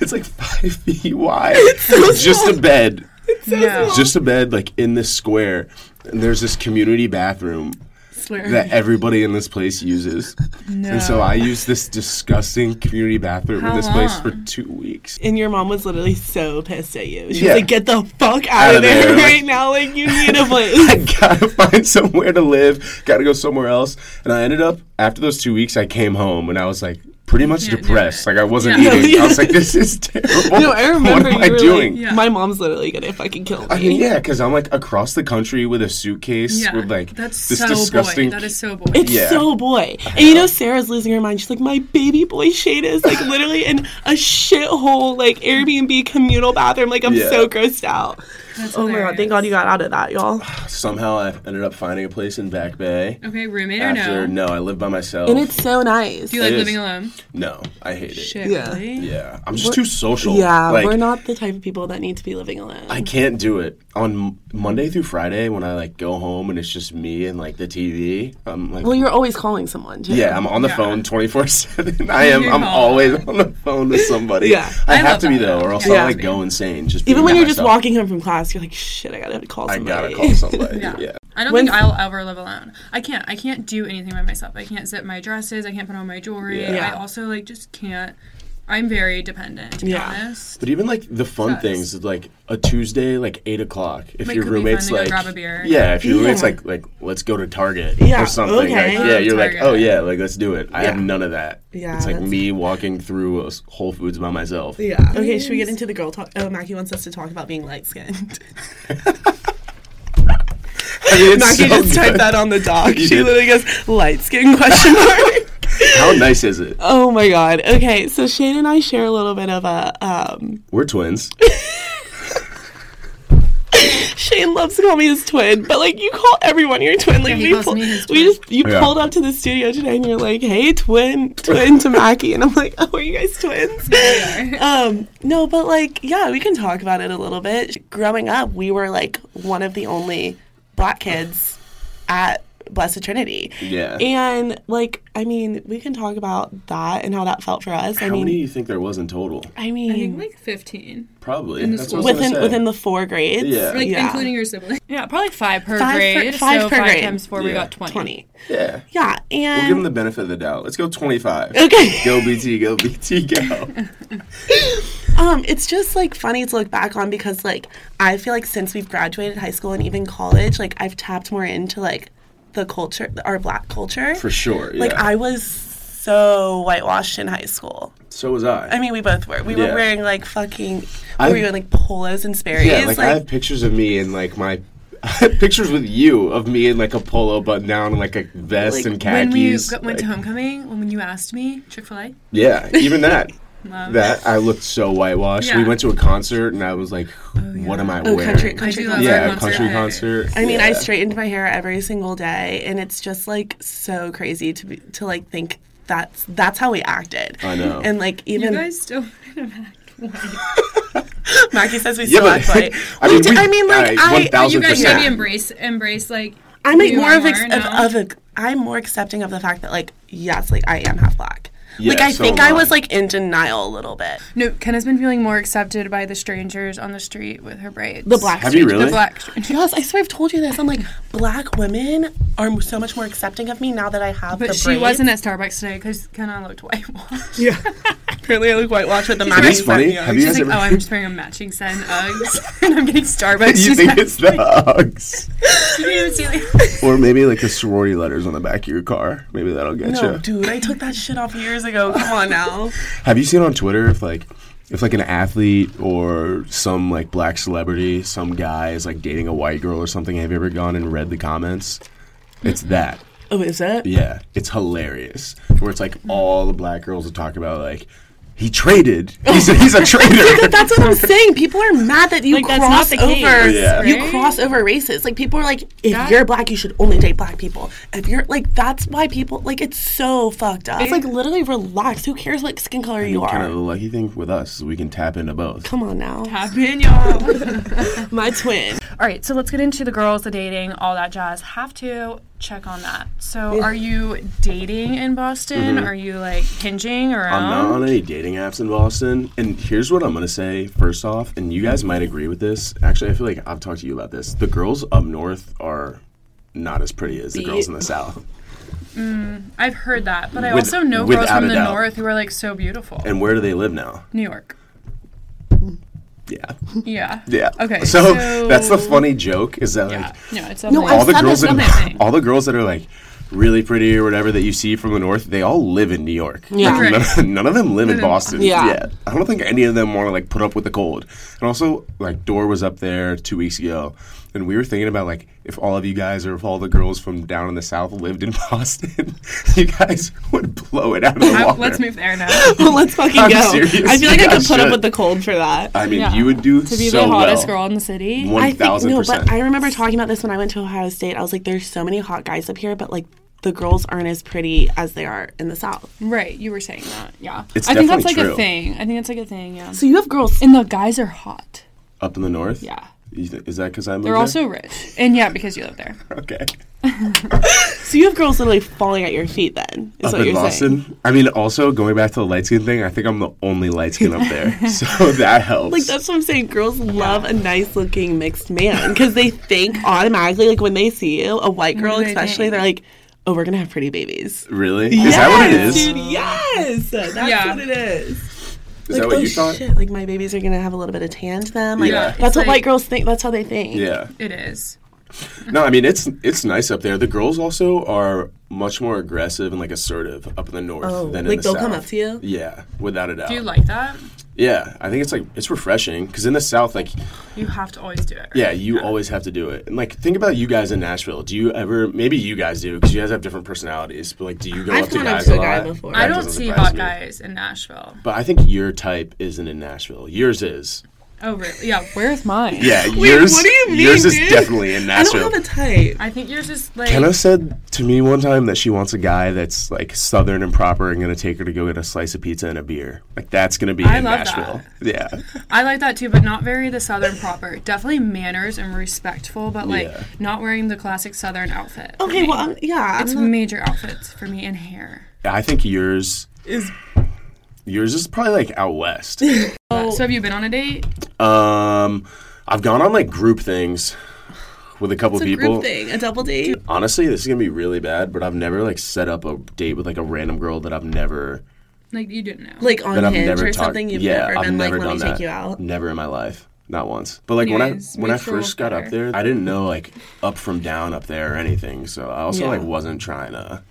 Speaker 4: It's like five feet wide. It's just a bed.
Speaker 2: no.
Speaker 4: Just a bed, like in this square. And there's this community bathroom
Speaker 2: Swear.
Speaker 4: that everybody in this place uses. And so I used this disgusting community bathroom
Speaker 2: How
Speaker 4: in this place
Speaker 2: long?
Speaker 4: for two weeks.
Speaker 3: And your mom was literally so pissed at you. She
Speaker 4: Yeah.
Speaker 3: was like, "Get the fuck out, of there,
Speaker 4: like-
Speaker 3: right now! Like you need a
Speaker 4: I
Speaker 3: place."
Speaker 4: gotta find somewhere to live, gotta go somewhere else. And I ended up, after those two weeks, I came home and I was like, pretty much
Speaker 2: do
Speaker 4: depressed. Like I wasn't
Speaker 2: Yeah.
Speaker 4: eating. I was like, this is terrible.
Speaker 3: no, I remember.
Speaker 4: What am
Speaker 3: you
Speaker 4: I
Speaker 3: were
Speaker 4: doing?
Speaker 3: Like,
Speaker 2: Yeah.
Speaker 3: My mom's literally gonna fucking kill me.
Speaker 4: I mean, yeah, because I'm like across the country with a suitcase
Speaker 2: Yeah.
Speaker 4: with like
Speaker 2: That's
Speaker 4: this
Speaker 2: so
Speaker 4: disgusting.
Speaker 2: boy. That is so boy.
Speaker 3: It's
Speaker 4: Yeah.
Speaker 3: so boy. And you know Sarah's losing her mind. She's like, my baby boy Shane is like literally in a shithole like Airbnb communal bathroom. Like I'm
Speaker 4: Yeah.
Speaker 3: so grossed out.
Speaker 2: That's
Speaker 3: Oh my god,
Speaker 2: hilarious.
Speaker 3: thank God you got out of that, y'all.
Speaker 4: Somehow I ended up finding a place in Back Bay.
Speaker 2: Okay, roommate or
Speaker 4: After
Speaker 2: no?
Speaker 4: no, I live by myself.
Speaker 3: And it's so nice.
Speaker 2: Do you like
Speaker 4: It is.
Speaker 2: living alone?
Speaker 4: no, I hate it.
Speaker 2: Shit,
Speaker 3: Yeah.
Speaker 2: really?
Speaker 4: Yeah, I'm just too social.
Speaker 3: yeah,
Speaker 4: like,
Speaker 3: we're not the type of people that need to be living alone.
Speaker 4: I can't do it on M- Monday through Friday when I like go home and it's just me and like the TV. I'm like,
Speaker 3: well, you're always calling someone. Too.
Speaker 4: yeah, I'm on the
Speaker 2: Yeah.
Speaker 4: phone 24 seven. I am.
Speaker 2: You're
Speaker 4: I'm
Speaker 2: not.
Speaker 4: always on the phone with somebody.
Speaker 3: Yeah.
Speaker 4: I,
Speaker 2: I
Speaker 4: have
Speaker 2: love
Speaker 4: to be
Speaker 2: that.
Speaker 4: though, or else
Speaker 2: Yeah.
Speaker 4: I'll like go insane. Just
Speaker 3: Even
Speaker 4: being
Speaker 3: when
Speaker 4: by
Speaker 3: you're just
Speaker 4: myself.
Speaker 3: walking home from class, you're like, shit, I gotta call
Speaker 4: I
Speaker 3: somebody.
Speaker 4: gotta call somebody. yeah.
Speaker 2: I don't
Speaker 3: When-
Speaker 2: think I'll ever live alone. I can't. I can't do anything by myself. I can't zip my dresses. I can't put on my jewelry.
Speaker 4: Yeah.
Speaker 2: I also like just can't. I'm very dependent. To be
Speaker 3: Yeah.
Speaker 2: honest.
Speaker 4: But even like the fun
Speaker 2: Sucks.
Speaker 4: things, is, like a Tuesday, like eight o'clock. If
Speaker 2: Like,
Speaker 4: your
Speaker 2: could be fun
Speaker 4: roommate's
Speaker 2: to go
Speaker 4: like,
Speaker 2: grab a beer.
Speaker 4: yeah, if your roommate's
Speaker 3: Yeah.
Speaker 4: like, like let's go to Target
Speaker 3: Yeah,
Speaker 4: or something.
Speaker 3: okay.
Speaker 4: Like, yeah,
Speaker 2: Love
Speaker 4: you're like, oh
Speaker 2: Target.
Speaker 4: yeah, like let's do it. I have
Speaker 3: Yeah.
Speaker 4: none of that.
Speaker 3: Yeah,
Speaker 4: it's like
Speaker 3: that's-
Speaker 4: me walking through a s- Whole Foods by myself.
Speaker 3: Yeah. Okay, should we get into the girl talk? Oh, Mackie wants us to talk about being light skinned.
Speaker 4: I mean, it's
Speaker 3: Mackie
Speaker 4: so
Speaker 3: just typed
Speaker 4: good.
Speaker 3: that on the doc.
Speaker 4: You
Speaker 3: She
Speaker 4: did.
Speaker 3: literally goes, light skin question mark.
Speaker 4: How nice is it?
Speaker 3: oh my god. Okay, so Shane and I share a little bit of a um
Speaker 4: We're twins.
Speaker 3: Shane loves to call me his twin, but like you call everyone your twin. Like
Speaker 2: he
Speaker 3: we
Speaker 2: calls me his
Speaker 3: we
Speaker 2: twin.
Speaker 3: just you
Speaker 4: Yeah.
Speaker 3: pulled up to the studio today and you're like, Hey twin, twin to Mackie and I'm like, Oh, are you guys twins?
Speaker 2: We are.
Speaker 3: Um, no, but like, yeah, we can talk about it a little bit. Growing up, we were like one of the only black kids at Blessed Trinity.
Speaker 4: Yeah.
Speaker 3: And like, I mean, we can talk about that and how that felt for us. I
Speaker 4: How
Speaker 3: mean,
Speaker 4: many do you think there was in total?
Speaker 3: I
Speaker 2: I think
Speaker 3: mean,
Speaker 2: like 15,
Speaker 4: Probably.
Speaker 2: In the
Speaker 4: That's
Speaker 2: school.
Speaker 4: what I was
Speaker 3: within
Speaker 4: gonna say.
Speaker 3: within the four grades.
Speaker 4: Yeah.
Speaker 2: like
Speaker 3: Yeah.
Speaker 2: including your siblings. Yeah, probably five per
Speaker 3: Five per-
Speaker 2: grade.
Speaker 3: five
Speaker 2: so
Speaker 3: per
Speaker 2: five
Speaker 3: grade.
Speaker 2: times four, we
Speaker 4: Yeah.
Speaker 2: got 20.
Speaker 3: twenty.
Speaker 4: yeah.
Speaker 3: Yeah, and
Speaker 4: We'll give them the benefit of the doubt. Let's go 25.
Speaker 3: Okay.
Speaker 4: Go BT, go BT, go.
Speaker 3: Um, it's just like funny to look back on because like I feel like since we've graduated high school and even college, like I've tapped more into like the culture, our black culture.
Speaker 4: For sure. Yeah.
Speaker 3: Like I was so whitewashed in high school.
Speaker 4: so was I.
Speaker 3: I mean, we both were. We
Speaker 4: Yeah.
Speaker 3: were wearing like fucking.
Speaker 4: I-
Speaker 3: we were wearing like polos and Sperry's.
Speaker 4: Yeah, like, I have pictures of me in like my pictures with you of me in like a polo button down and like a vest
Speaker 3: Like,
Speaker 4: and
Speaker 2: When we
Speaker 4: khakis.
Speaker 2: go- went to
Speaker 4: like-
Speaker 2: homecoming, when you asked me Chick Fil A,
Speaker 4: Yeah, even that.
Speaker 2: Love.
Speaker 4: that I looked so whitewashed. We
Speaker 2: Yeah. Oh,
Speaker 3: Yeah.
Speaker 4: went to a concert and I was like, what am I wearing?
Speaker 2: I
Speaker 3: country- country
Speaker 2: do love our
Speaker 4: yeah,
Speaker 2: concert.
Speaker 4: country concert.
Speaker 3: I mean, I
Speaker 4: Yeah.
Speaker 3: straightened my hair every single day, and it's just like so crazy to be, to like think that's that's how we acted.
Speaker 4: I know.
Speaker 3: And like
Speaker 2: You
Speaker 3: even
Speaker 2: guys still kind of act white.
Speaker 3: Mackie says we
Speaker 4: Yeah,
Speaker 3: still
Speaker 4: but
Speaker 3: act white.
Speaker 4: I
Speaker 3: We
Speaker 4: mean,
Speaker 3: do-
Speaker 4: we-
Speaker 3: I mean, like
Speaker 4: I-
Speaker 3: I, I,
Speaker 4: 1000%
Speaker 2: You guys
Speaker 4: Yeah.
Speaker 2: maybe embrace embrace like.
Speaker 3: I'm like
Speaker 2: who you
Speaker 3: more
Speaker 2: are
Speaker 3: of ex-
Speaker 2: now.
Speaker 3: of, of a, I'm more accepting of the fact that like yes, like I am half black.
Speaker 4: Yeah,
Speaker 3: like I
Speaker 4: so
Speaker 3: think
Speaker 4: am
Speaker 3: I
Speaker 4: I.
Speaker 3: was like in denial a little bit.
Speaker 2: No, Kenna's been feeling more accepted by the strangers on the street with her braids.
Speaker 3: The black
Speaker 4: Have you
Speaker 3: stranger-
Speaker 4: really?
Speaker 2: The black strangers.
Speaker 3: Yes, I swear I've told you this. I'm like, black women are so much more accepting of me now that I have
Speaker 2: But
Speaker 3: the
Speaker 2: she
Speaker 3: braids.
Speaker 2: wasn't at Starbucks today because Kenna looked whitewashed.
Speaker 3: Yeah. Apparently, I look whitewashed with the
Speaker 4: You know
Speaker 3: matching
Speaker 4: what's funny?
Speaker 3: set.
Speaker 4: Have you
Speaker 2: She's
Speaker 4: guys
Speaker 2: like,
Speaker 4: ever?
Speaker 2: oh, I'm just wearing a matching set and Uggs, and I'm getting Starbucks.
Speaker 4: you
Speaker 2: She's
Speaker 4: think
Speaker 2: like,
Speaker 4: it's the Uggs,
Speaker 2: "You didn't even see the-"
Speaker 4: or maybe like the sorority letters on the back of your car? Maybe that'll get
Speaker 3: No,
Speaker 4: you.
Speaker 3: Oh, dude, I took that shit off years ago. Come on now.
Speaker 4: Have you seen on Twitter if like if like an athlete or some like black celebrity, some guy is like dating a white girl or something? Have you ever gone and read the comments? It's that.
Speaker 3: Oh, is it?
Speaker 4: Yeah, it's hilarious. Where it's
Speaker 3: Mm.
Speaker 4: like all the black girls will talk about like he traded. He's a, he's a traitor.
Speaker 3: That's what I'm saying. People are mad that you
Speaker 5: Like, that's not
Speaker 3: cross
Speaker 5: the case,
Speaker 3: over.
Speaker 4: Yeah.
Speaker 3: You
Speaker 2: right?
Speaker 3: cross over races. Like people are like, if you're black, you should only date black people. If you're like, that's why people like it's so fucked up. It's like literally relax. Who cares what skin color you
Speaker 4: kind of
Speaker 3: are?
Speaker 4: the lucky thing with us is we can tap into both.
Speaker 3: Come on now,
Speaker 2: Happen, y'all.
Speaker 3: my twin.
Speaker 2: All right, so let's get into the girls, the dating, all that jazz. Have to check on that. So, are you dating in Boston? Are you like hinging
Speaker 4: Mm-hmm. I'm
Speaker 2: around?
Speaker 4: not on any dating apps in Boston. And here's what I'm going to say first off, and you guys might agree with this. Actually, I feel like I've talked to you about this. The girls up north are not as pretty as the girls in the south.
Speaker 2: I've heard that, but I
Speaker 4: With-
Speaker 2: also know girls
Speaker 4: without
Speaker 2: from
Speaker 4: a
Speaker 2: the
Speaker 4: doubt.
Speaker 2: north who are like so beautiful.
Speaker 4: And where do they live now?
Speaker 2: New York.
Speaker 4: Yeah.
Speaker 2: Yeah.
Speaker 4: Yeah.
Speaker 2: Okay.
Speaker 4: So, that's the funny joke is that
Speaker 2: Yeah.
Speaker 4: like
Speaker 2: No, it's
Speaker 3: No,
Speaker 2: definitely-
Speaker 4: all the
Speaker 3: saw
Speaker 4: girls
Speaker 3: this
Speaker 4: that
Speaker 3: other thing.
Speaker 4: all the girls that are like really pretty or whatever that you see from the north, they all live in New York.
Speaker 3: Yeah.
Speaker 4: Like,
Speaker 2: Right.
Speaker 4: none, none of them live in Boston.
Speaker 3: Yeah.
Speaker 4: I don't think any of them want to like put up with the cold. And also, like Dor was up there two weeks ago, and we were thinking about like if all of you guys or if all the girls from down in the south lived in Boston, you guys would blow it out of the
Speaker 2: I-
Speaker 4: water.
Speaker 2: let's move there now.
Speaker 3: Well, let's fucking
Speaker 4: I'm
Speaker 3: go.
Speaker 4: serious.
Speaker 3: I feel like
Speaker 4: You
Speaker 3: I could
Speaker 4: guys
Speaker 3: put up
Speaker 4: should.
Speaker 3: with the cold for that.
Speaker 4: I mean,
Speaker 2: Yeah.
Speaker 4: you would do
Speaker 5: to be
Speaker 4: so
Speaker 5: the hottest
Speaker 4: well.
Speaker 5: girl in the city.
Speaker 4: One thousand
Speaker 3: no,
Speaker 4: percent.
Speaker 3: but I remember talking about this when I went to Ohio State. I was like, there's so many hot guys up here, but like the girls aren't as pretty as they are in the South.
Speaker 2: right, you were saying that. Yeah.
Speaker 4: It's
Speaker 2: I think that's like a
Speaker 4: definitely true.
Speaker 2: thing. I think that's like a thing. Yeah.
Speaker 3: So you have girls.
Speaker 2: And the guys are hot.
Speaker 4: Up in the north.
Speaker 2: Yeah.
Speaker 4: You thi- Is that because I moved
Speaker 2: They're
Speaker 4: there?
Speaker 2: also rich. And yeah, because you live there.
Speaker 4: okay.
Speaker 3: So you have girls literally falling at your feet. Then is what
Speaker 4: up in
Speaker 3: you're saying.
Speaker 4: Boston. I mean, also going back to the light skin thing, I think I'm the only light skin up there, so that helps.
Speaker 3: Like that's what I'm saying. Girls love a nice looking mixed man because they think automatically, like when they see you, a white girl
Speaker 2: do they
Speaker 3: especially,
Speaker 2: think?
Speaker 3: they're like, "Oh, we're gonna have pretty babies."
Speaker 4: really? Is that what it
Speaker 3: Yes,
Speaker 4: is?
Speaker 3: Dude, yes, that's
Speaker 2: Yeah.
Speaker 3: what it is.
Speaker 4: Is that what
Speaker 3: oh,
Speaker 4: you thought?
Speaker 3: Shit, Oh like my babies are gonna have a little bit of tan to them. Like
Speaker 4: Yeah.
Speaker 3: that's
Speaker 2: It's
Speaker 3: what
Speaker 2: like-
Speaker 3: white girls think. That's how they think.
Speaker 4: Yeah.
Speaker 2: It is.
Speaker 4: No, I mean it's it's nice up there. The girls also are much more aggressive and like assertive up in the north
Speaker 3: Oh,
Speaker 4: than in
Speaker 3: like
Speaker 4: the
Speaker 3: they'll
Speaker 4: south.
Speaker 3: come up to you?
Speaker 4: Yeah, without a doubt.
Speaker 2: Do you like that?
Speaker 4: yeah, I think it's like it's refreshing because in the south, like
Speaker 2: You have to always do it. right?
Speaker 4: yeah, you always have to do it. And like think about you guys in Nashville. Do you ever? Maybe you guys do because you guys have different personalities. But like, do you go
Speaker 3: I've
Speaker 4: up to
Speaker 3: gone up
Speaker 4: guys
Speaker 3: to
Speaker 4: a
Speaker 3: a guy
Speaker 4: lot?
Speaker 3: before.
Speaker 4: That
Speaker 2: I don't
Speaker 4: doesn't
Speaker 2: see
Speaker 4: surprise
Speaker 2: hot
Speaker 4: me.
Speaker 2: guys in Nashville.
Speaker 4: But I think your type isn't in Nashville. Yours is.
Speaker 2: Oh, really? Yeah, where's mine?
Speaker 4: Yeah, yours.
Speaker 3: what do you mean,
Speaker 4: yours
Speaker 3: dude?
Speaker 4: is definitely in
Speaker 3: I don't
Speaker 4: Nashville.
Speaker 3: have a type.
Speaker 2: I think yours is like.
Speaker 4: Kenna said to me one time that she wants a guy that's like southern and proper and gonna take her to go get a slice of pizza and a beer. Like that's gonna be
Speaker 2: I
Speaker 4: in
Speaker 2: love
Speaker 4: Nashville. Yeah.
Speaker 2: I like that too, but not very the Southern proper. Definitely manners and respectful, but like
Speaker 4: Yeah.
Speaker 2: not wearing the classic Southern outfit. for
Speaker 3: Okay,
Speaker 2: me.
Speaker 3: well, I'm, yeah,
Speaker 2: it's
Speaker 3: I'm not,
Speaker 2: major outfits for me and hair.
Speaker 4: I think yours
Speaker 3: is
Speaker 4: yours is probably like out west.
Speaker 2: So have you been on a date?
Speaker 4: um I've gone on like group things with a couple
Speaker 3: a
Speaker 4: people.
Speaker 3: group thing, a double date.
Speaker 4: Honestly, this is gonna be really bad, but I've never like set up a date with like a random girl that I've never
Speaker 2: Like you didn't know.
Speaker 3: like on
Speaker 4: that I've
Speaker 3: Hinge
Speaker 4: never
Speaker 3: or
Speaker 4: talked.
Speaker 3: something. You've
Speaker 4: yeah,
Speaker 3: never
Speaker 4: I've
Speaker 3: been
Speaker 4: never
Speaker 3: like,
Speaker 4: done
Speaker 3: let me
Speaker 4: that.
Speaker 3: take you out.
Speaker 4: Never in my life, not once. But like
Speaker 2: Anyways,
Speaker 4: when I when I
Speaker 2: mutual
Speaker 4: first got up
Speaker 2: better.
Speaker 4: there, I didn't know like up from down up there or anything. So I also
Speaker 3: Yeah.
Speaker 4: like wasn't trying to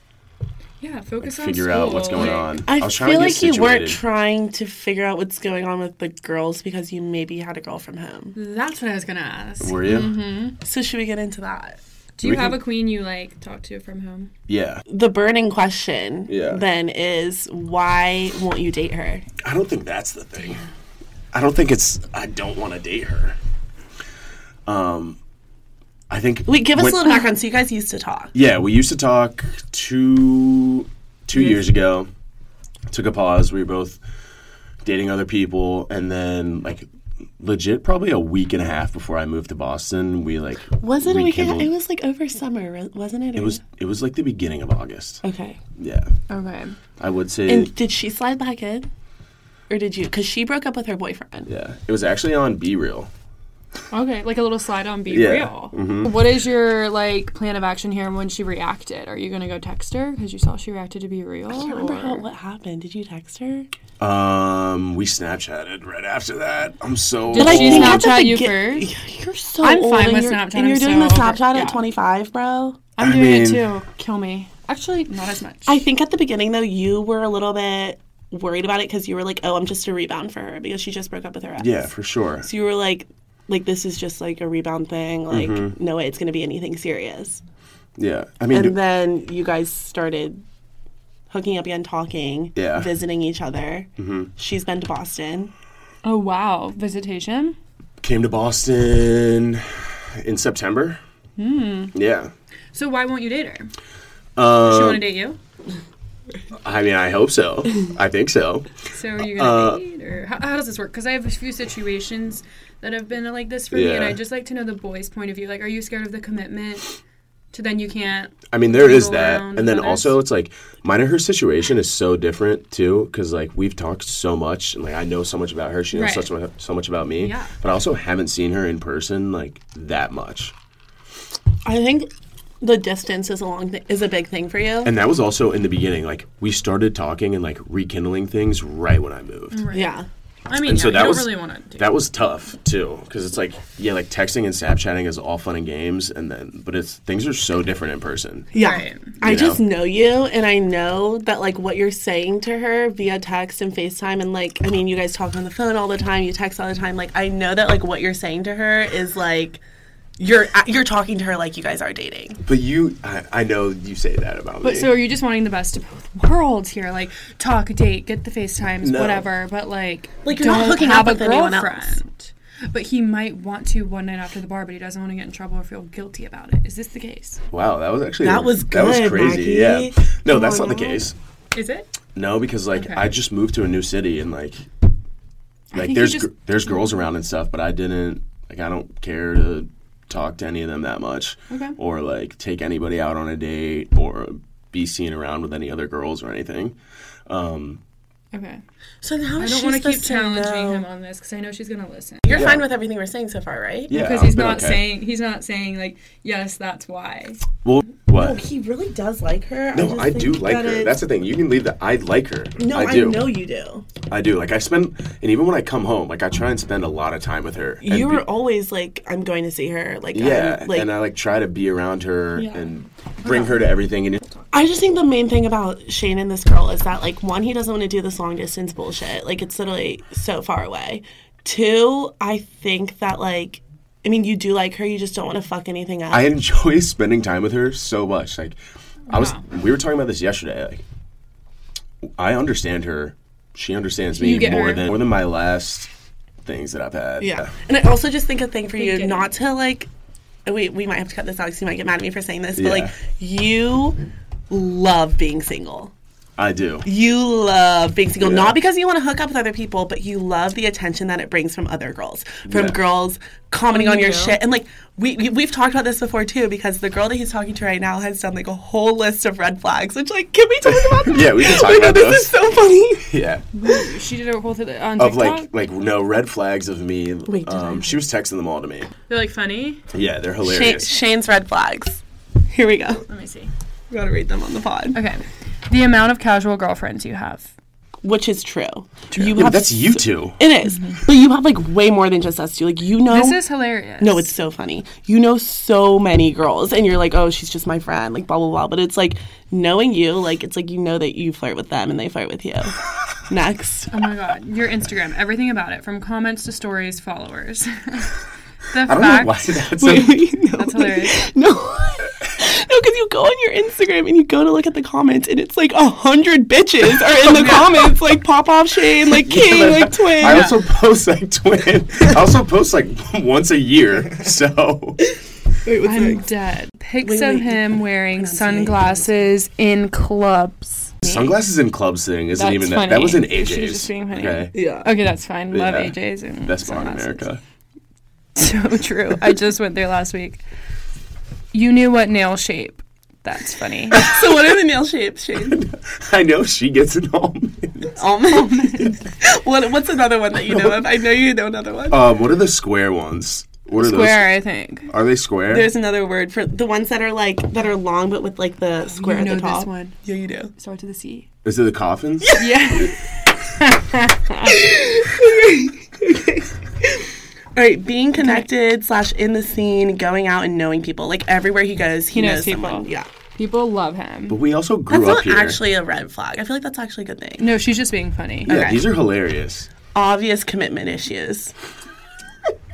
Speaker 2: yeah, focus on
Speaker 4: figure out what's
Speaker 2: school,
Speaker 4: going
Speaker 2: like-
Speaker 4: on.
Speaker 3: I,
Speaker 4: was trying
Speaker 3: feel
Speaker 4: to
Speaker 3: like
Speaker 4: get
Speaker 3: you weren't
Speaker 4: situated.
Speaker 3: trying to figure out what's going on with the girls because you maybe had a girl from home.
Speaker 2: That's what I was gonna ask.
Speaker 4: Were you?
Speaker 3: Mm-hmm. So should we get into that?
Speaker 2: Do you
Speaker 4: We
Speaker 2: have
Speaker 4: can-
Speaker 2: a queen you like talk to from home?
Speaker 4: Yeah.
Speaker 3: The burning question
Speaker 4: Yeah.
Speaker 3: then is why won't you date her?
Speaker 4: I don't think that's the thing. I don't think it's I don't want to date her. Um, I think
Speaker 3: Wait, give us
Speaker 4: when-
Speaker 3: a little background. So you guys used to talk.
Speaker 4: Yeah, we used to talk two two years ago. Took a pause. We were both dating other people, and then like legit probably a week and a half before I moved to Boston. We like
Speaker 3: Was it a weekend?
Speaker 4: rekindled-
Speaker 3: It was like over summer, wa- wasn't it?
Speaker 4: It was it was like the beginning of August.
Speaker 3: okay.
Speaker 4: Yeah,
Speaker 2: Okay.
Speaker 4: I would say.
Speaker 3: And did she slide back in, or did you? Because she broke up with her boyfriend.
Speaker 4: yeah, it was actually on B Real.
Speaker 2: Okay. Like a little slide on Be
Speaker 4: Yeah. Mm-hmm.
Speaker 2: Real. What is your like plan of action here and when she reacted? Are you going to go text her because you saw she reacted to Be Real?
Speaker 3: I can't remember how,
Speaker 2: or-
Speaker 3: what happened. Did you text her?
Speaker 4: Um, we Snapchatted right after that. I'm so
Speaker 2: Did
Speaker 4: old.
Speaker 2: she
Speaker 3: at the
Speaker 2: Snapchat you
Speaker 3: begin-
Speaker 2: first?
Speaker 3: You're so
Speaker 2: I'm
Speaker 3: old
Speaker 2: fine
Speaker 3: and
Speaker 2: with
Speaker 3: you're-
Speaker 2: Snapchat,
Speaker 3: And you're
Speaker 2: I'm
Speaker 3: doing
Speaker 2: so
Speaker 3: the
Speaker 2: over it,
Speaker 3: Snapchat
Speaker 2: yeah.
Speaker 3: at 25, bro.
Speaker 2: I'm
Speaker 4: I
Speaker 2: doing it
Speaker 4: mean-
Speaker 2: too. Kill me. Actually, not as much.
Speaker 3: I think at the beginning though, you were a little bit worried about it because you were like, "Oh, I'm just a rebound for her because she just broke up with her ex."
Speaker 4: Yeah, for sure.
Speaker 3: So you were like, "Like this is just like a rebound thing. Like
Speaker 4: Mm-hmm.
Speaker 3: no way it's gonna be anything serious."
Speaker 4: Yeah, I mean,
Speaker 3: And then you guys started hooking up again, talking,
Speaker 4: Yeah. Mm-hmm.
Speaker 3: visiting each other. She's been to Boston.
Speaker 2: oh wow, visitation.
Speaker 4: came to Boston in September. Yeah.
Speaker 2: So why won't you date her?
Speaker 4: Um,
Speaker 2: she want to date you?
Speaker 4: I mean, I hope so. I think so.
Speaker 2: So are you gonna
Speaker 4: uh,
Speaker 2: date, or how, how does this work? Because I have a few situations that have been like this for me, and
Speaker 4: Yeah.
Speaker 2: I just like to know the boy's point of view. Like, are you scared of the commitment? To then you can't.
Speaker 4: I mean, there is
Speaker 2: Go
Speaker 4: that,
Speaker 2: around
Speaker 4: and then
Speaker 2: with
Speaker 4: also it's like mine and her situation is so different too, because like we've talked so much, and like I know so much about her, she knows
Speaker 2: Right.
Speaker 4: such mu- so much about me,
Speaker 2: Yeah.
Speaker 4: but I also haven't seen her in person like that much,
Speaker 3: I think the distance is a long th- is a big thing for you.
Speaker 4: and that was also in the beginning. Like we started talking and like rekindling things right when I moved.
Speaker 3: yeah.
Speaker 2: I mean,
Speaker 4: And
Speaker 2: yeah,
Speaker 4: so
Speaker 2: you
Speaker 4: that
Speaker 2: don't
Speaker 4: was
Speaker 2: really want to.
Speaker 4: that was tough too, because it's like yeah, like texting and Snapchatting is all fun and games, and then but it's things are so different in person.
Speaker 3: Yeah.
Speaker 2: Right.
Speaker 3: I
Speaker 4: You
Speaker 3: just
Speaker 4: know?
Speaker 3: know you and I know that like what you're saying to her via text and FaceTime and like I mean you guys talk on the phone all the time, you text all the time. Like I know that like what you're saying to her is like you're uh, you're talking to her like you guys are dating.
Speaker 4: But you, I, I know you say that about
Speaker 2: But
Speaker 4: me.
Speaker 2: so are you just wanting the best of both worlds here? Like, talk, date, get the FaceTimes,
Speaker 4: No.
Speaker 2: whatever. But like,
Speaker 3: Like, you're not
Speaker 2: don't
Speaker 3: hooking
Speaker 2: have
Speaker 3: up
Speaker 2: a
Speaker 3: with anyone else.
Speaker 2: girlfriend. But he might want to one night after the bar, but he doesn't want to get in trouble or feel guilty about it. Is this the case?
Speaker 4: wow, that was actually
Speaker 3: That was
Speaker 4: that was
Speaker 3: good,
Speaker 4: crazy.
Speaker 3: Maggie.
Speaker 4: Yeah, no, that's
Speaker 3: on
Speaker 4: not the
Speaker 3: now.
Speaker 4: case.
Speaker 2: Is it?
Speaker 4: No, because like
Speaker 2: Okay.
Speaker 4: I just moved to a new city and like like
Speaker 2: think
Speaker 4: there's
Speaker 2: you just-
Speaker 4: gr- there's girls around and stuff, but I didn't like I don't care to talk to any of them that much
Speaker 2: Okay.
Speaker 4: or like take anybody out on a date or be seen around with any other girls or anything.
Speaker 2: Okay.
Speaker 3: So then how
Speaker 2: I
Speaker 3: is
Speaker 2: don't
Speaker 3: she
Speaker 2: want to keep
Speaker 3: supposed to
Speaker 2: challenging
Speaker 3: know?
Speaker 2: him on this because I know she's gonna listen.
Speaker 3: You're
Speaker 4: Yeah.
Speaker 3: fine with everything we're saying so far, right?
Speaker 4: Yeah,
Speaker 2: because
Speaker 4: I've
Speaker 2: he's
Speaker 4: been
Speaker 2: not
Speaker 4: okay.
Speaker 2: saying he's not saying like yes that's why
Speaker 4: well
Speaker 3: Oh,
Speaker 4: what.
Speaker 3: he really does like her.
Speaker 4: No,
Speaker 3: just
Speaker 4: I, do
Speaker 3: think
Speaker 4: like
Speaker 3: that
Speaker 4: her.
Speaker 3: it-
Speaker 4: That's the thing. You can leave the I like her.
Speaker 3: no,
Speaker 4: I
Speaker 3: I,
Speaker 4: do.
Speaker 3: know you do.
Speaker 4: I do. Like I spend, and even when I come home, like I try and spend a lot of time with her. and
Speaker 3: You
Speaker 4: be-
Speaker 3: were always like, I'm going to see her. Like,
Speaker 4: yeah,
Speaker 3: I'm, like
Speaker 4: and uh, I like try to be around her
Speaker 2: Yeah.
Speaker 4: and bring her to everything. And
Speaker 3: I just think the main thing about Shane and this girl is that like one, he doesn't want to do this long distance bullshit. Like it's literally so far away. Two, I think that like I mean you do like her, you just don't want to fuck anything up.
Speaker 4: I enjoy spending time with her so much. Like I was we were talking about this yesterday. Like I understand her. She understands me
Speaker 2: You get
Speaker 4: more
Speaker 2: her.
Speaker 4: than more than my last things that I've had.
Speaker 3: yeah. And I also just think a thing for you not to like we we might have to cut this out because you might get mad at me for saying this, but
Speaker 4: Yeah.
Speaker 3: like you love being single.
Speaker 4: I do.
Speaker 3: You love being single,
Speaker 4: Yeah.
Speaker 3: not because you want to hook up with other people, but you love the attention that it brings from other girls, from
Speaker 4: Yeah.
Speaker 3: girls commenting on your
Speaker 2: you.
Speaker 3: shit. And like we, we we've talked about this before too, because the girl that he's talking to right now has done like a whole list of red flags. Which like, can we talk about? This?
Speaker 4: Yeah, we can talk
Speaker 3: Like,
Speaker 4: about
Speaker 3: this
Speaker 4: those.
Speaker 3: is so funny.
Speaker 4: Yeah,
Speaker 2: she did a whole thing on
Speaker 4: of
Speaker 2: tiktok
Speaker 4: like like no red flags of me.
Speaker 3: Wait, did
Speaker 4: um, she was texting them all to me.
Speaker 2: they're like funny
Speaker 4: Yeah, they're
Speaker 3: Shane,
Speaker 4: hilarious.
Speaker 3: Shane's red flags. Here we go.
Speaker 2: let me see
Speaker 3: We gotta read them on the pod,
Speaker 2: okay the amount of casual girlfriends you have
Speaker 3: which is true. You
Speaker 4: yeah, but
Speaker 3: have
Speaker 4: that's Mm-hmm.
Speaker 3: s-
Speaker 4: you two.
Speaker 3: It is. but you have like way more than just us two. Like you know,
Speaker 4: Oh.
Speaker 2: this is hilarious
Speaker 3: No, it's so funny. You know so many girls, and you're like, oh, she's just my friend, like blah blah blah. But it's like knowing you, like it's like you know that you flirt with them and they flirt with you. Next,
Speaker 2: oh my god your instagram everything about it from comments to stories followers the
Speaker 4: I don't know why
Speaker 2: fact
Speaker 4: that's
Speaker 3: Wait,
Speaker 4: a,
Speaker 3: wait, no,
Speaker 2: that's hilarious
Speaker 3: no, no, because you go on your Instagram and you go to look at the comments, and it's like a hundred bitches are in the comments, like pop off Shane, like King, like Twin.
Speaker 4: I also post like twin. I also post like once a year. So
Speaker 3: Wait, what's
Speaker 2: i'm
Speaker 3: next?
Speaker 2: dead pics
Speaker 3: Wait,
Speaker 2: of
Speaker 3: wait,
Speaker 2: him wearing
Speaker 3: pronunciation.
Speaker 2: sunglasses in clubs
Speaker 4: sunglasses in clubs thing isn't
Speaker 2: That's
Speaker 4: even that.
Speaker 2: funny.
Speaker 4: That was in AJ's.
Speaker 2: She's just being funny.
Speaker 4: Okay.
Speaker 5: Yeah.
Speaker 2: Okay, that's fine. Love
Speaker 4: Yeah.
Speaker 2: AJ's and
Speaker 4: Best bar in
Speaker 2: sunglasses.
Speaker 4: America.
Speaker 2: So true. I just went there last week. You knew what nail shape. That's funny.
Speaker 3: So what are the nail shapes, Shane?
Speaker 4: I know she gets an almond.
Speaker 3: Almond. what, what's another one that you know of? I know you know another one.
Speaker 4: Um, what are the square ones? What are
Speaker 2: Square, I think.
Speaker 4: those? Are they square?
Speaker 3: There's another word for the ones that are like that are long but with like the square
Speaker 2: You
Speaker 3: at
Speaker 2: know
Speaker 3: the top.
Speaker 2: this one.
Speaker 3: Yeah, you do.
Speaker 2: Start to the C.
Speaker 4: Is it the coffins?
Speaker 2: Yeah.
Speaker 3: All right, being connected slash in the scene, going out and knowing people. Like everywhere he goes, he,
Speaker 2: He knows
Speaker 3: knows, someone.
Speaker 2: people.
Speaker 3: Yeah,
Speaker 2: People love him.
Speaker 4: But we also grew
Speaker 3: that's
Speaker 4: up
Speaker 3: not
Speaker 4: here.
Speaker 3: actually a red flag. I feel like that's actually a good thing.
Speaker 2: No, she's just being funny.
Speaker 4: yeah,
Speaker 3: okay.
Speaker 4: these are hilarious.
Speaker 3: Obvious commitment issues.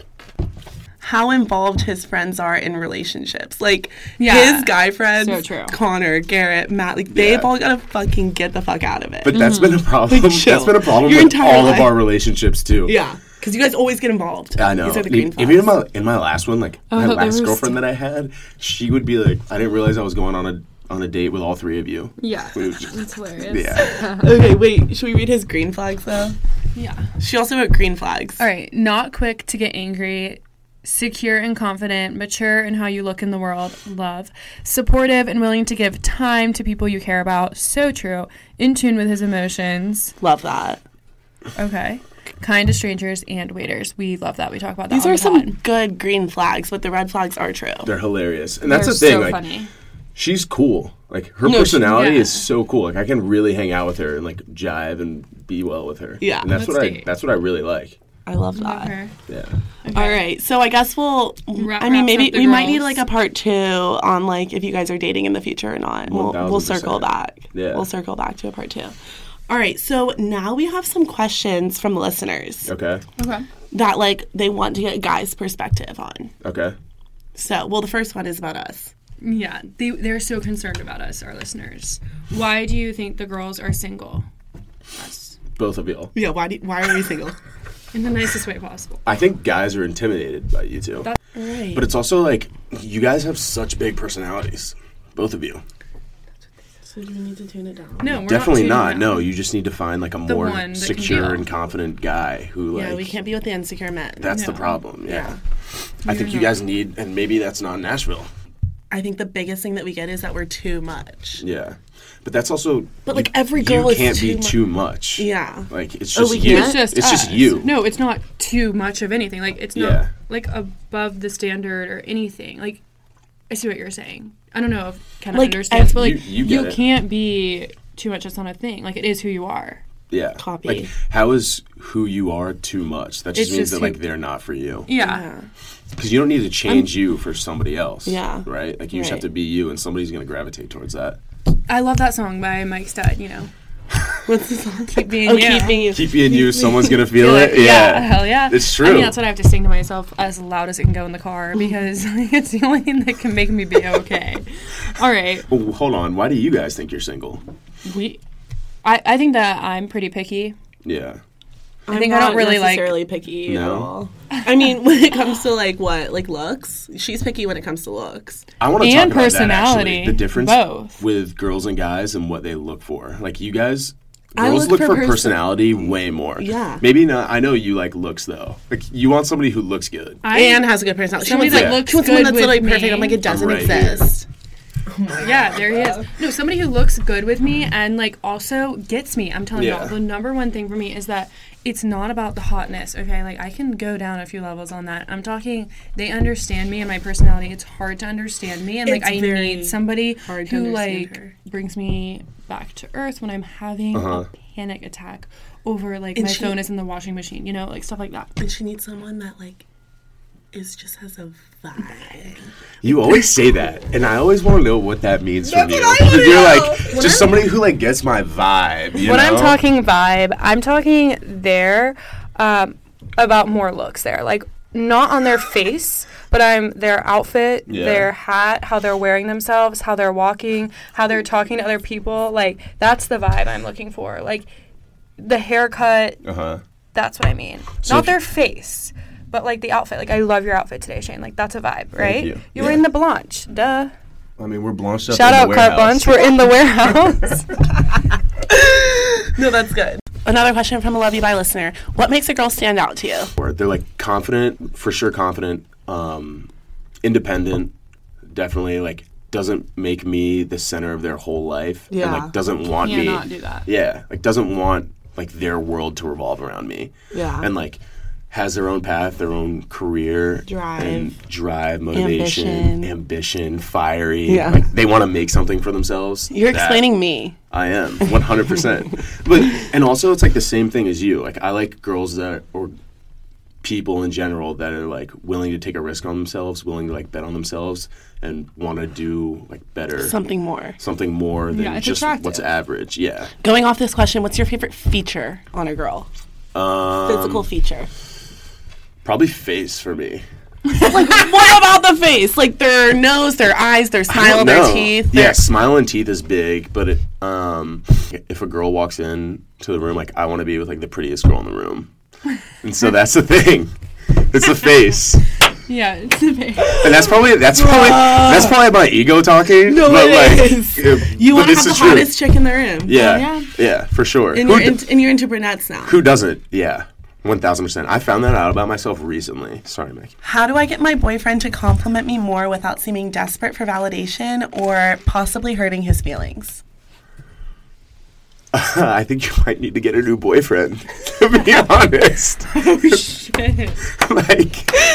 Speaker 3: How involved his friends are in relationships. Like
Speaker 2: Yeah.
Speaker 3: his guy friends,
Speaker 2: So true.
Speaker 3: Connor, Garrett, Matt. Like they've
Speaker 4: Yeah.
Speaker 3: all got to fucking get the fuck out of it.
Speaker 4: But that's been a problem.
Speaker 3: Mm-hmm. chill.
Speaker 4: That's been a problem
Speaker 3: Your
Speaker 4: with
Speaker 3: entire
Speaker 4: all
Speaker 3: life.
Speaker 4: of our relationships too.
Speaker 3: yeah, because you guys always get involved.
Speaker 4: I know.
Speaker 3: These are the
Speaker 4: E-
Speaker 3: green
Speaker 4: Even in
Speaker 3: flags. Oh,
Speaker 4: my in my last one, like my
Speaker 2: I thought they
Speaker 4: last
Speaker 2: were
Speaker 4: girlfriend that I had, she would be like, "I didn't realize I was going on a on a date with all three of you."
Speaker 2: Yeah.
Speaker 4: It was just-
Speaker 2: It's hilarious.
Speaker 4: yeah.
Speaker 3: Okay, wait. Should we read his green flags though?
Speaker 2: Yeah.
Speaker 3: She also wrote green flags.
Speaker 2: All right. Not quick to get angry. Secure and confident, mature in how you look in the world, love, supportive and willing to give time to people you care about, so true, in tune with his emotions,
Speaker 3: Love that.
Speaker 2: okay, kind to strangers and waiters. We love that. We talk about that.
Speaker 3: These
Speaker 2: all
Speaker 3: are
Speaker 2: the
Speaker 3: some
Speaker 2: time.
Speaker 3: Oh good green flags, but the red flags are true.
Speaker 4: They're hilarious, and that's
Speaker 2: They're
Speaker 4: the thing.
Speaker 2: So
Speaker 4: like,
Speaker 2: funny.
Speaker 4: she's cool. Like her
Speaker 3: she-
Speaker 4: personality
Speaker 2: yeah.
Speaker 4: is so cool. Like I can really hang out with her and like jive and be well with her.
Speaker 3: Yeah.
Speaker 4: and that's,
Speaker 2: That's
Speaker 4: what I
Speaker 2: deep.
Speaker 4: that's what I really like.
Speaker 3: I love that.
Speaker 4: Yeah,
Speaker 3: All right, so I guess we'll.
Speaker 2: Wrap-
Speaker 3: I
Speaker 2: wraps
Speaker 3: mean,
Speaker 2: up
Speaker 3: maybe
Speaker 2: the
Speaker 3: we might need
Speaker 2: girls.
Speaker 3: like a part two on like if you guys are dating in the future or not. We'll, we'll
Speaker 4: 1000%.
Speaker 3: circle back.
Speaker 4: Yeah.
Speaker 3: we'll circle back to a part two. All right, so now we have some questions from listeners
Speaker 4: okay,
Speaker 2: Okay.
Speaker 3: that like they want to get a guy's perspective on.
Speaker 4: okay.
Speaker 3: So, well, the first one is about us.
Speaker 2: Yeah, they they're so concerned about us, our listeners. Why do you think the girls are single? Us.
Speaker 4: Both of y'all.
Speaker 3: Yeah, why do, why are we single?
Speaker 2: In the nicest way possible.
Speaker 4: I think guys are intimidated by you two,
Speaker 3: right.
Speaker 4: but it's also like you guys have such big personalities, both of you.
Speaker 3: So do we need to tune it down?
Speaker 2: No, we're
Speaker 4: Definitely
Speaker 2: not.
Speaker 4: not.
Speaker 2: tuning them.
Speaker 4: No, you just need to find like a more
Speaker 2: one that can
Speaker 4: secure
Speaker 2: deal.
Speaker 4: and confident guy who like
Speaker 3: Yeah, we can't be with the insecure men.
Speaker 4: that's the
Speaker 2: No.
Speaker 4: problem. Yeah. I think you guys need and maybe that's not Nashville.
Speaker 3: I think the biggest thing that we get is that we're too much.
Speaker 4: Yeah. But that's also
Speaker 3: But, like, every
Speaker 4: you
Speaker 3: girl is
Speaker 4: can't be
Speaker 3: too mu-
Speaker 4: too much.
Speaker 3: Yeah.
Speaker 4: Like it's
Speaker 3: Oh,
Speaker 4: just
Speaker 3: we
Speaker 4: you.
Speaker 3: can't?
Speaker 2: It's just
Speaker 4: it's just
Speaker 2: us.
Speaker 4: you.
Speaker 2: No, it's not too much of anything. Like it's not
Speaker 4: Yeah.
Speaker 2: like above the standard or anything. Like I see what you're saying. I don't know if kind of
Speaker 3: Like,
Speaker 2: understands,
Speaker 3: I-
Speaker 2: but like
Speaker 4: You- you
Speaker 2: you,
Speaker 4: get it.
Speaker 2: can't be too much. That's not a thing. Like it is who you are.
Speaker 4: Yeah.
Speaker 3: Copy.
Speaker 4: Like how is who you are too much? That just
Speaker 2: It's
Speaker 4: means
Speaker 2: just
Speaker 4: that
Speaker 2: who-
Speaker 4: like they're not for you.
Speaker 2: Yeah.
Speaker 4: Because you don't need to change you for somebody else.
Speaker 3: Yeah.
Speaker 4: Right? Like you just have
Speaker 3: Right.
Speaker 4: to be you and somebody's gonna gravitate towards that.
Speaker 2: I love that song by Mike Studd. You know,
Speaker 3: What's the song?
Speaker 2: keep being
Speaker 3: Oh,
Speaker 2: you.
Speaker 3: keep being you.
Speaker 4: Keep being you, someone's gonna feel
Speaker 2: Like,
Speaker 4: it. Yeah.
Speaker 2: hell yeah.
Speaker 4: It's
Speaker 2: I
Speaker 4: true.
Speaker 2: mean, that's what I have to sing to myself as loud as it can go in the car because it's the only thing that can make me be okay. All right,
Speaker 4: Well, Oh, hold on. Why do you guys think you're single?
Speaker 2: we. I, I think that I'm pretty picky.
Speaker 4: Yeah.
Speaker 3: I
Speaker 2: think I don't really like-
Speaker 3: necessarily picky at
Speaker 4: No?
Speaker 3: all. I mean, when it comes to like what, like looks, she's picky when it comes to looks.
Speaker 4: I want to
Speaker 2: And
Speaker 4: talk about that
Speaker 2: personality,
Speaker 4: actually. The difference
Speaker 2: both.
Speaker 4: with girls and guys and what they look for. Like you guys,
Speaker 3: I
Speaker 4: girls
Speaker 3: look
Speaker 4: look,
Speaker 3: for
Speaker 4: for,
Speaker 3: person-
Speaker 4: personality way more.
Speaker 3: Yeah.
Speaker 4: Maybe not. I know you like looks though. Like you want somebody who looks good.
Speaker 2: I
Speaker 3: Anne has a good personality. She
Speaker 2: Somebody
Speaker 3: wants,
Speaker 2: that
Speaker 3: like,
Speaker 2: looks
Speaker 3: she wants someone
Speaker 2: good
Speaker 3: that's literally
Speaker 2: with
Speaker 3: perfect. I'm
Speaker 2: me.
Speaker 3: like, it doesn't
Speaker 4: right here.
Speaker 3: exist.
Speaker 2: Yeah, there he is. No, somebody who looks good with me and like also gets me. I'm telling
Speaker 4: Yeah.
Speaker 2: y'all, the number one thing for me is that it's not about the hotness. Okay, like I can go down a few levels on that. I'm talking they understand me and my personality. It's hard to understand me, and like
Speaker 3: It's
Speaker 2: I
Speaker 3: very
Speaker 2: need somebody
Speaker 3: hard to
Speaker 2: who
Speaker 3: understand
Speaker 2: like
Speaker 3: her. Uh-huh.
Speaker 2: brings me back to earth when I'm having a panic attack over like my
Speaker 3: she-
Speaker 2: phone is in the washing machine. You know, like stuff like that.
Speaker 3: And she needs someone that like is just has a vibe.
Speaker 4: You always say that, and I always want to know what that means from you.
Speaker 3: what I wanna
Speaker 4: You're
Speaker 3: know.
Speaker 4: like just somebody who like gets my vibe. You
Speaker 2: When I'm
Speaker 4: know?
Speaker 2: talking vibe, I'm talking there um, about more looks there. Like, not on their face, but I'm their outfit,
Speaker 4: Yeah.
Speaker 2: their hat, how they're wearing themselves, how they're walking, how they're talking to other people. Like, that's the vibe I'm looking for. Like, the haircut,
Speaker 4: Uh huh.
Speaker 2: that's what I mean.
Speaker 4: if-
Speaker 2: not their face, but like the outfit. Like, I love your outfit today, Shane. Like, that's a vibe, right?
Speaker 4: you.
Speaker 2: were
Speaker 4: Yeah.
Speaker 2: in the blanche, duh.
Speaker 4: I mean, we're blanched up.
Speaker 2: Shout
Speaker 4: in
Speaker 2: out
Speaker 4: the
Speaker 2: Carte
Speaker 4: warehouse.
Speaker 2: Blanche. We're in the warehouse.
Speaker 3: No, that's good. Another question from a Love You By listener. What makes a girl stand out to you?
Speaker 4: Or They're like confident, for sure confident, um, independent, definitely like doesn't make me the center of their whole life. And
Speaker 5: Yeah.
Speaker 4: like doesn't want me.
Speaker 5: not do that.
Speaker 4: Yeah. Like doesn't want like their world to revolve around me.
Speaker 5: Yeah.
Speaker 4: And like has their own path, their own career,
Speaker 5: Drive.
Speaker 4: and drive, motivation,
Speaker 3: Ambition.
Speaker 4: ambition, fiery.
Speaker 5: Yeah.
Speaker 4: Like they want to make something for themselves.
Speaker 3: You're
Speaker 4: that-
Speaker 3: explaining me.
Speaker 4: I am 100%. but and also it's like the same thing as you. Like I like girls that or people in general that are like willing to take a risk on themselves, willing to like bet on themselves and want to do like better
Speaker 3: Something more.
Speaker 4: something more than
Speaker 5: Yeah, it's
Speaker 4: just what's
Speaker 5: attractive.
Speaker 4: average. Yeah.
Speaker 3: Going off this question, what's your favorite feature on a girl? Physical feature.
Speaker 4: Um, Probably face for me.
Speaker 3: what about the face? Like their nose, their eyes, their smile, their
Speaker 4: No.
Speaker 3: teeth.
Speaker 4: Yeah,
Speaker 3: their-
Speaker 4: smile and teeth is big, but it, um if a girl walks in to the room like I want to be with like the prettiest girl in the room. And so that's the thing. It's the face.
Speaker 2: yeah, it's a big.
Speaker 4: And that's probably that's probably that's probably my ego talking. No, but
Speaker 3: it
Speaker 4: like,
Speaker 3: is.
Speaker 4: yeah,
Speaker 3: You
Speaker 4: but
Speaker 3: want to
Speaker 4: this
Speaker 3: have the
Speaker 4: is true.
Speaker 3: hottest chick in the room.
Speaker 4: Yeah, yeah, for sure.
Speaker 3: And
Speaker 4: Who,
Speaker 3: you're,
Speaker 4: d-
Speaker 3: in, and you're into brunettes now.
Speaker 4: who doesn't? Yeah, one thousand percent. I found that out about myself recently. Sorry, Mike.
Speaker 3: How do I get my boyfriend to compliment me more without seeming desperate for validation or possibly hurting his feelings?
Speaker 4: I think you might need to get a new boyfriend. To be
Speaker 3: Oh,
Speaker 4: honest, like,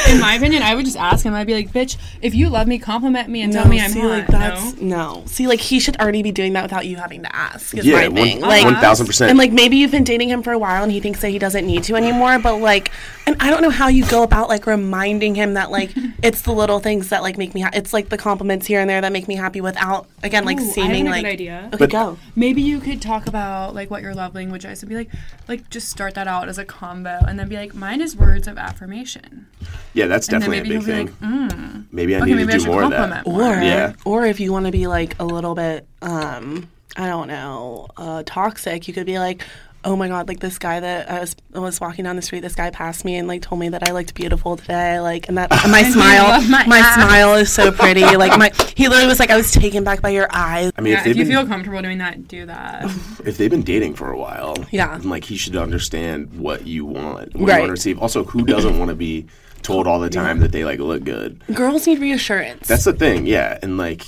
Speaker 2: In my opinion, I would just ask him. I'd be like, "Bitch, if you love me, compliment me and tell me I'm hot." no?
Speaker 3: no. See, like he should already be doing that without you having to ask. Is
Speaker 4: yeah,
Speaker 3: my thing. like,
Speaker 4: one thousand percent.
Speaker 3: and like maybe you've been dating him for a while and he thinks that he doesn't need to anymore. But like, and I don't know how you go about like reminding him that like it's the little things that like make me. Ha- it's like the compliments here and there that make me happy without again like
Speaker 2: Ooh, I have
Speaker 3: seeming
Speaker 2: a
Speaker 3: like.
Speaker 2: good idea.
Speaker 3: Okay, go.
Speaker 2: Maybe you could talk about like what your love language is and be like, like just start that out as a combo, and then be like, "Mine is words of affirmation."
Speaker 4: yeah, that's
Speaker 2: And then
Speaker 4: definitely
Speaker 2: maybe
Speaker 4: a big
Speaker 2: he'll
Speaker 4: thing.
Speaker 2: be "Mm."
Speaker 4: maybe I
Speaker 2: Okay,
Speaker 4: need
Speaker 2: maybe I
Speaker 4: to do
Speaker 2: should
Speaker 4: more of that.
Speaker 2: compliment more.
Speaker 3: Or,
Speaker 4: Yeah.
Speaker 3: or if you want to be like a little bit, um, I don't know, uh, toxic, you could be like, oh my god, like this guy that I was, I was walking down the street, this guy passed me and like told me that I looked beautiful today, like, and that and my smile,
Speaker 2: love
Speaker 3: my,
Speaker 2: my eyes.
Speaker 3: smile is so pretty, like my, he literally was like, I was taken back by your eyes.
Speaker 4: I mean,
Speaker 2: Yeah,
Speaker 4: if,
Speaker 2: if,
Speaker 4: they've
Speaker 2: you
Speaker 4: been,
Speaker 2: feel comfortable doing that, do that.
Speaker 4: if they've been dating for a while,
Speaker 3: Yeah.
Speaker 4: then, like he should understand what you want, what you
Speaker 3: Right.
Speaker 4: want to receive. Also, who doesn't want to be told all the time that they like look good?
Speaker 3: Girls need reassurance.
Speaker 4: That's the thing, yeah. And like,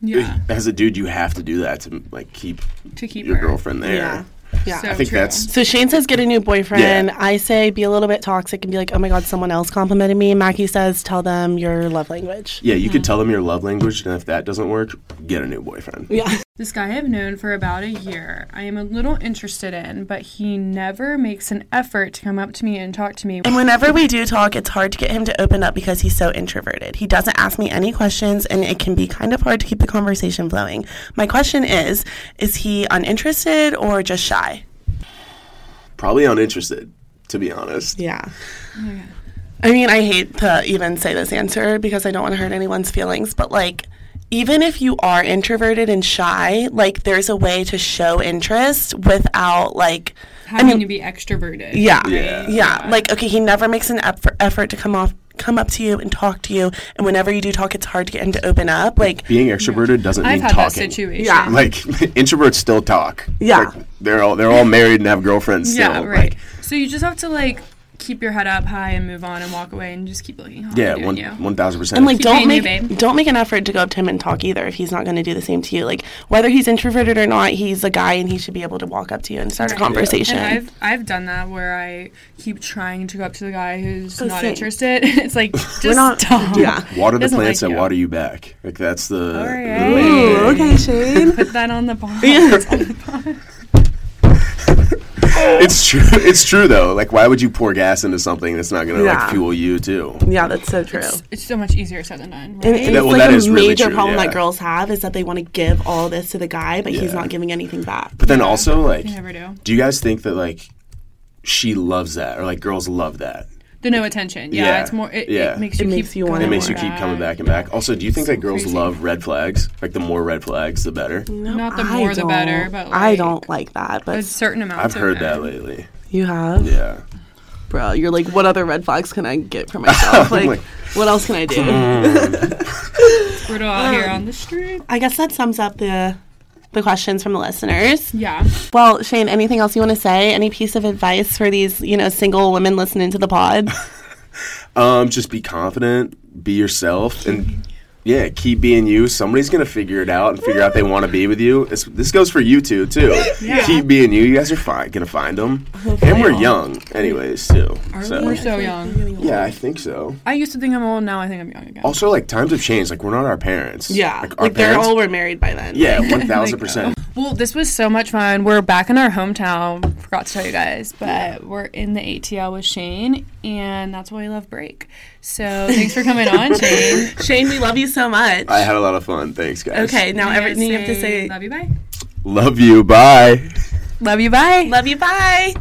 Speaker 2: Yeah.
Speaker 4: as a dude, you have to do that to like keep
Speaker 2: To keep
Speaker 4: your
Speaker 2: her.
Speaker 4: girlfriend there.
Speaker 3: yeah, yeah.
Speaker 2: So
Speaker 4: I think
Speaker 2: true.
Speaker 4: that's
Speaker 3: So Shane says get a new boyfriend.
Speaker 4: Yeah.
Speaker 3: I say be a little bit toxic and be like, oh my god, someone else complimented me. Mackie says tell them your love language.
Speaker 4: yeah. You could tell them your love language, and if that doesn't work, get a new boyfriend.
Speaker 3: Yeah.
Speaker 2: This guy I've known for about a year. I am a little interested in, but he never makes an effort to come up to me and talk to me.
Speaker 3: And whenever we do talk, it's hard to get him to open up because he's so introverted. He doesn't ask me any questions, and it can be kind of hard to keep the conversation flowing. My question is is he uninterested or just shy?
Speaker 4: Probably uninterested, to be honest.
Speaker 3: Yeah. I mean, I hate to even say this answer because I don't want to hurt anyone's feelings, but like, even if you are introverted and shy, like, there's a way to show interest without, like,
Speaker 2: Having to be extroverted.
Speaker 3: Yeah.
Speaker 4: Yeah.
Speaker 3: Yeah. Like, okay, he never makes an effort, effort to come off, come up to you and talk to you. And whenever you do talk, it's hard to get him to open up. Like,
Speaker 4: Being extroverted doesn't
Speaker 2: I've
Speaker 4: mean
Speaker 2: had that
Speaker 4: talking.
Speaker 2: situation.
Speaker 3: Yeah.
Speaker 4: Like introverts still talk.
Speaker 3: Yeah.
Speaker 4: Like, they're all they're all married and have girlfriends. Still.
Speaker 2: Yeah,
Speaker 4: like-
Speaker 2: right. so you just have to like keep your head up high and move on and walk away and just keep looking hot.
Speaker 4: yeah,
Speaker 2: doing
Speaker 4: one
Speaker 2: you.
Speaker 4: one thousand percent.
Speaker 3: and like,
Speaker 2: Keep
Speaker 3: don't
Speaker 2: being you,
Speaker 3: make
Speaker 2: babe.
Speaker 3: don't make an effort to go up to him and talk either if he's not going to do the same to you. Like, whether he's introverted or not, he's a guy and he should be able to walk up to you and start a conversation.
Speaker 2: And I've I've done that where I keep trying to go up to the guy who's not
Speaker 3: Oh, same.
Speaker 2: interested. it's like just
Speaker 3: not-
Speaker 2: stop.
Speaker 3: yeah.
Speaker 4: water the
Speaker 2: doesn't
Speaker 4: plants
Speaker 2: like
Speaker 4: that
Speaker 2: you.
Speaker 4: water you back. Like that's the, the
Speaker 2: right.
Speaker 4: main thing.
Speaker 5: Okay, Shane.
Speaker 2: Put that on the bottom.
Speaker 4: It's true. It's true though. Like, why would you pour gas into something that's not gonna
Speaker 3: Yeah.
Speaker 4: like fuel you too?
Speaker 3: yeah, that's so true.
Speaker 2: It's so much easier said than done.
Speaker 3: And
Speaker 2: right?
Speaker 3: it's
Speaker 4: That- well,
Speaker 3: like
Speaker 4: that
Speaker 3: a
Speaker 4: is
Speaker 3: major
Speaker 4: really true,
Speaker 3: problem that
Speaker 4: yeah.
Speaker 3: girls have is that they want to give all this to the guy, but he's
Speaker 4: Yeah.
Speaker 3: not giving anything back.
Speaker 4: But then also, like,
Speaker 2: They never do.
Speaker 4: do you guys think that like she loves that or like girls love that?
Speaker 2: The no attention. Yeah,
Speaker 4: Yeah.
Speaker 2: it's more. It,
Speaker 4: Yeah.
Speaker 2: it makes
Speaker 3: It
Speaker 2: you.
Speaker 3: makes
Speaker 2: keep
Speaker 3: you want
Speaker 4: It
Speaker 3: It
Speaker 2: going
Speaker 4: makes you keep coming back and back. Also, do you think that girls
Speaker 2: crazy.
Speaker 4: love red flags? Like, the more red flags, the better.
Speaker 2: Not the
Speaker 3: I
Speaker 2: more the
Speaker 3: don't-
Speaker 2: better, but like,
Speaker 3: I don't like that. But
Speaker 2: a certain amount.
Speaker 4: I've heard that lately.
Speaker 3: you have.
Speaker 4: Yeah,
Speaker 3: bro, you're like, what other red flags can I get for myself? like,
Speaker 4: like,
Speaker 3: what else can I do?
Speaker 2: We're out
Speaker 3: Um,
Speaker 2: here on the street.
Speaker 3: I guess that sums up the the questions from the listeners.
Speaker 2: Yeah.
Speaker 3: Well, Shane, anything else you want to say? Any piece of advice for these, you know, single women listening to the pod?
Speaker 4: Um, just be confident, be yourself, and yeah, keep being you. Somebody's gonna figure it out and figure out they want to be with you. It's, this goes for you two too. Keep being you. You guys are fine, gonna find them, and we're young, anyways too.
Speaker 2: We're
Speaker 4: So
Speaker 2: so young.
Speaker 4: yeah, I think so.
Speaker 2: I used to think I'm old. Now I think I'm young again.
Speaker 4: Also, like times have changed. Like we're not our parents.
Speaker 3: like,
Speaker 4: our
Speaker 3: they're
Speaker 4: parents-
Speaker 3: all were married by then.
Speaker 4: Yeah, one thousand percent.
Speaker 2: Well, this was so much fun. We're back in our hometown. Forgot to tell you guys, but we're in the ATL with Shane, and that's why we love break. So thanks for coming on, Shane.
Speaker 3: Shane, we love you so much.
Speaker 4: I had a lot of fun. Thanks, guys.
Speaker 3: okay, now everything you have to
Speaker 2: Love
Speaker 3: say.
Speaker 2: you, bye.
Speaker 4: Love you. Bye.
Speaker 2: Love you, bye.
Speaker 3: Love you. Bye.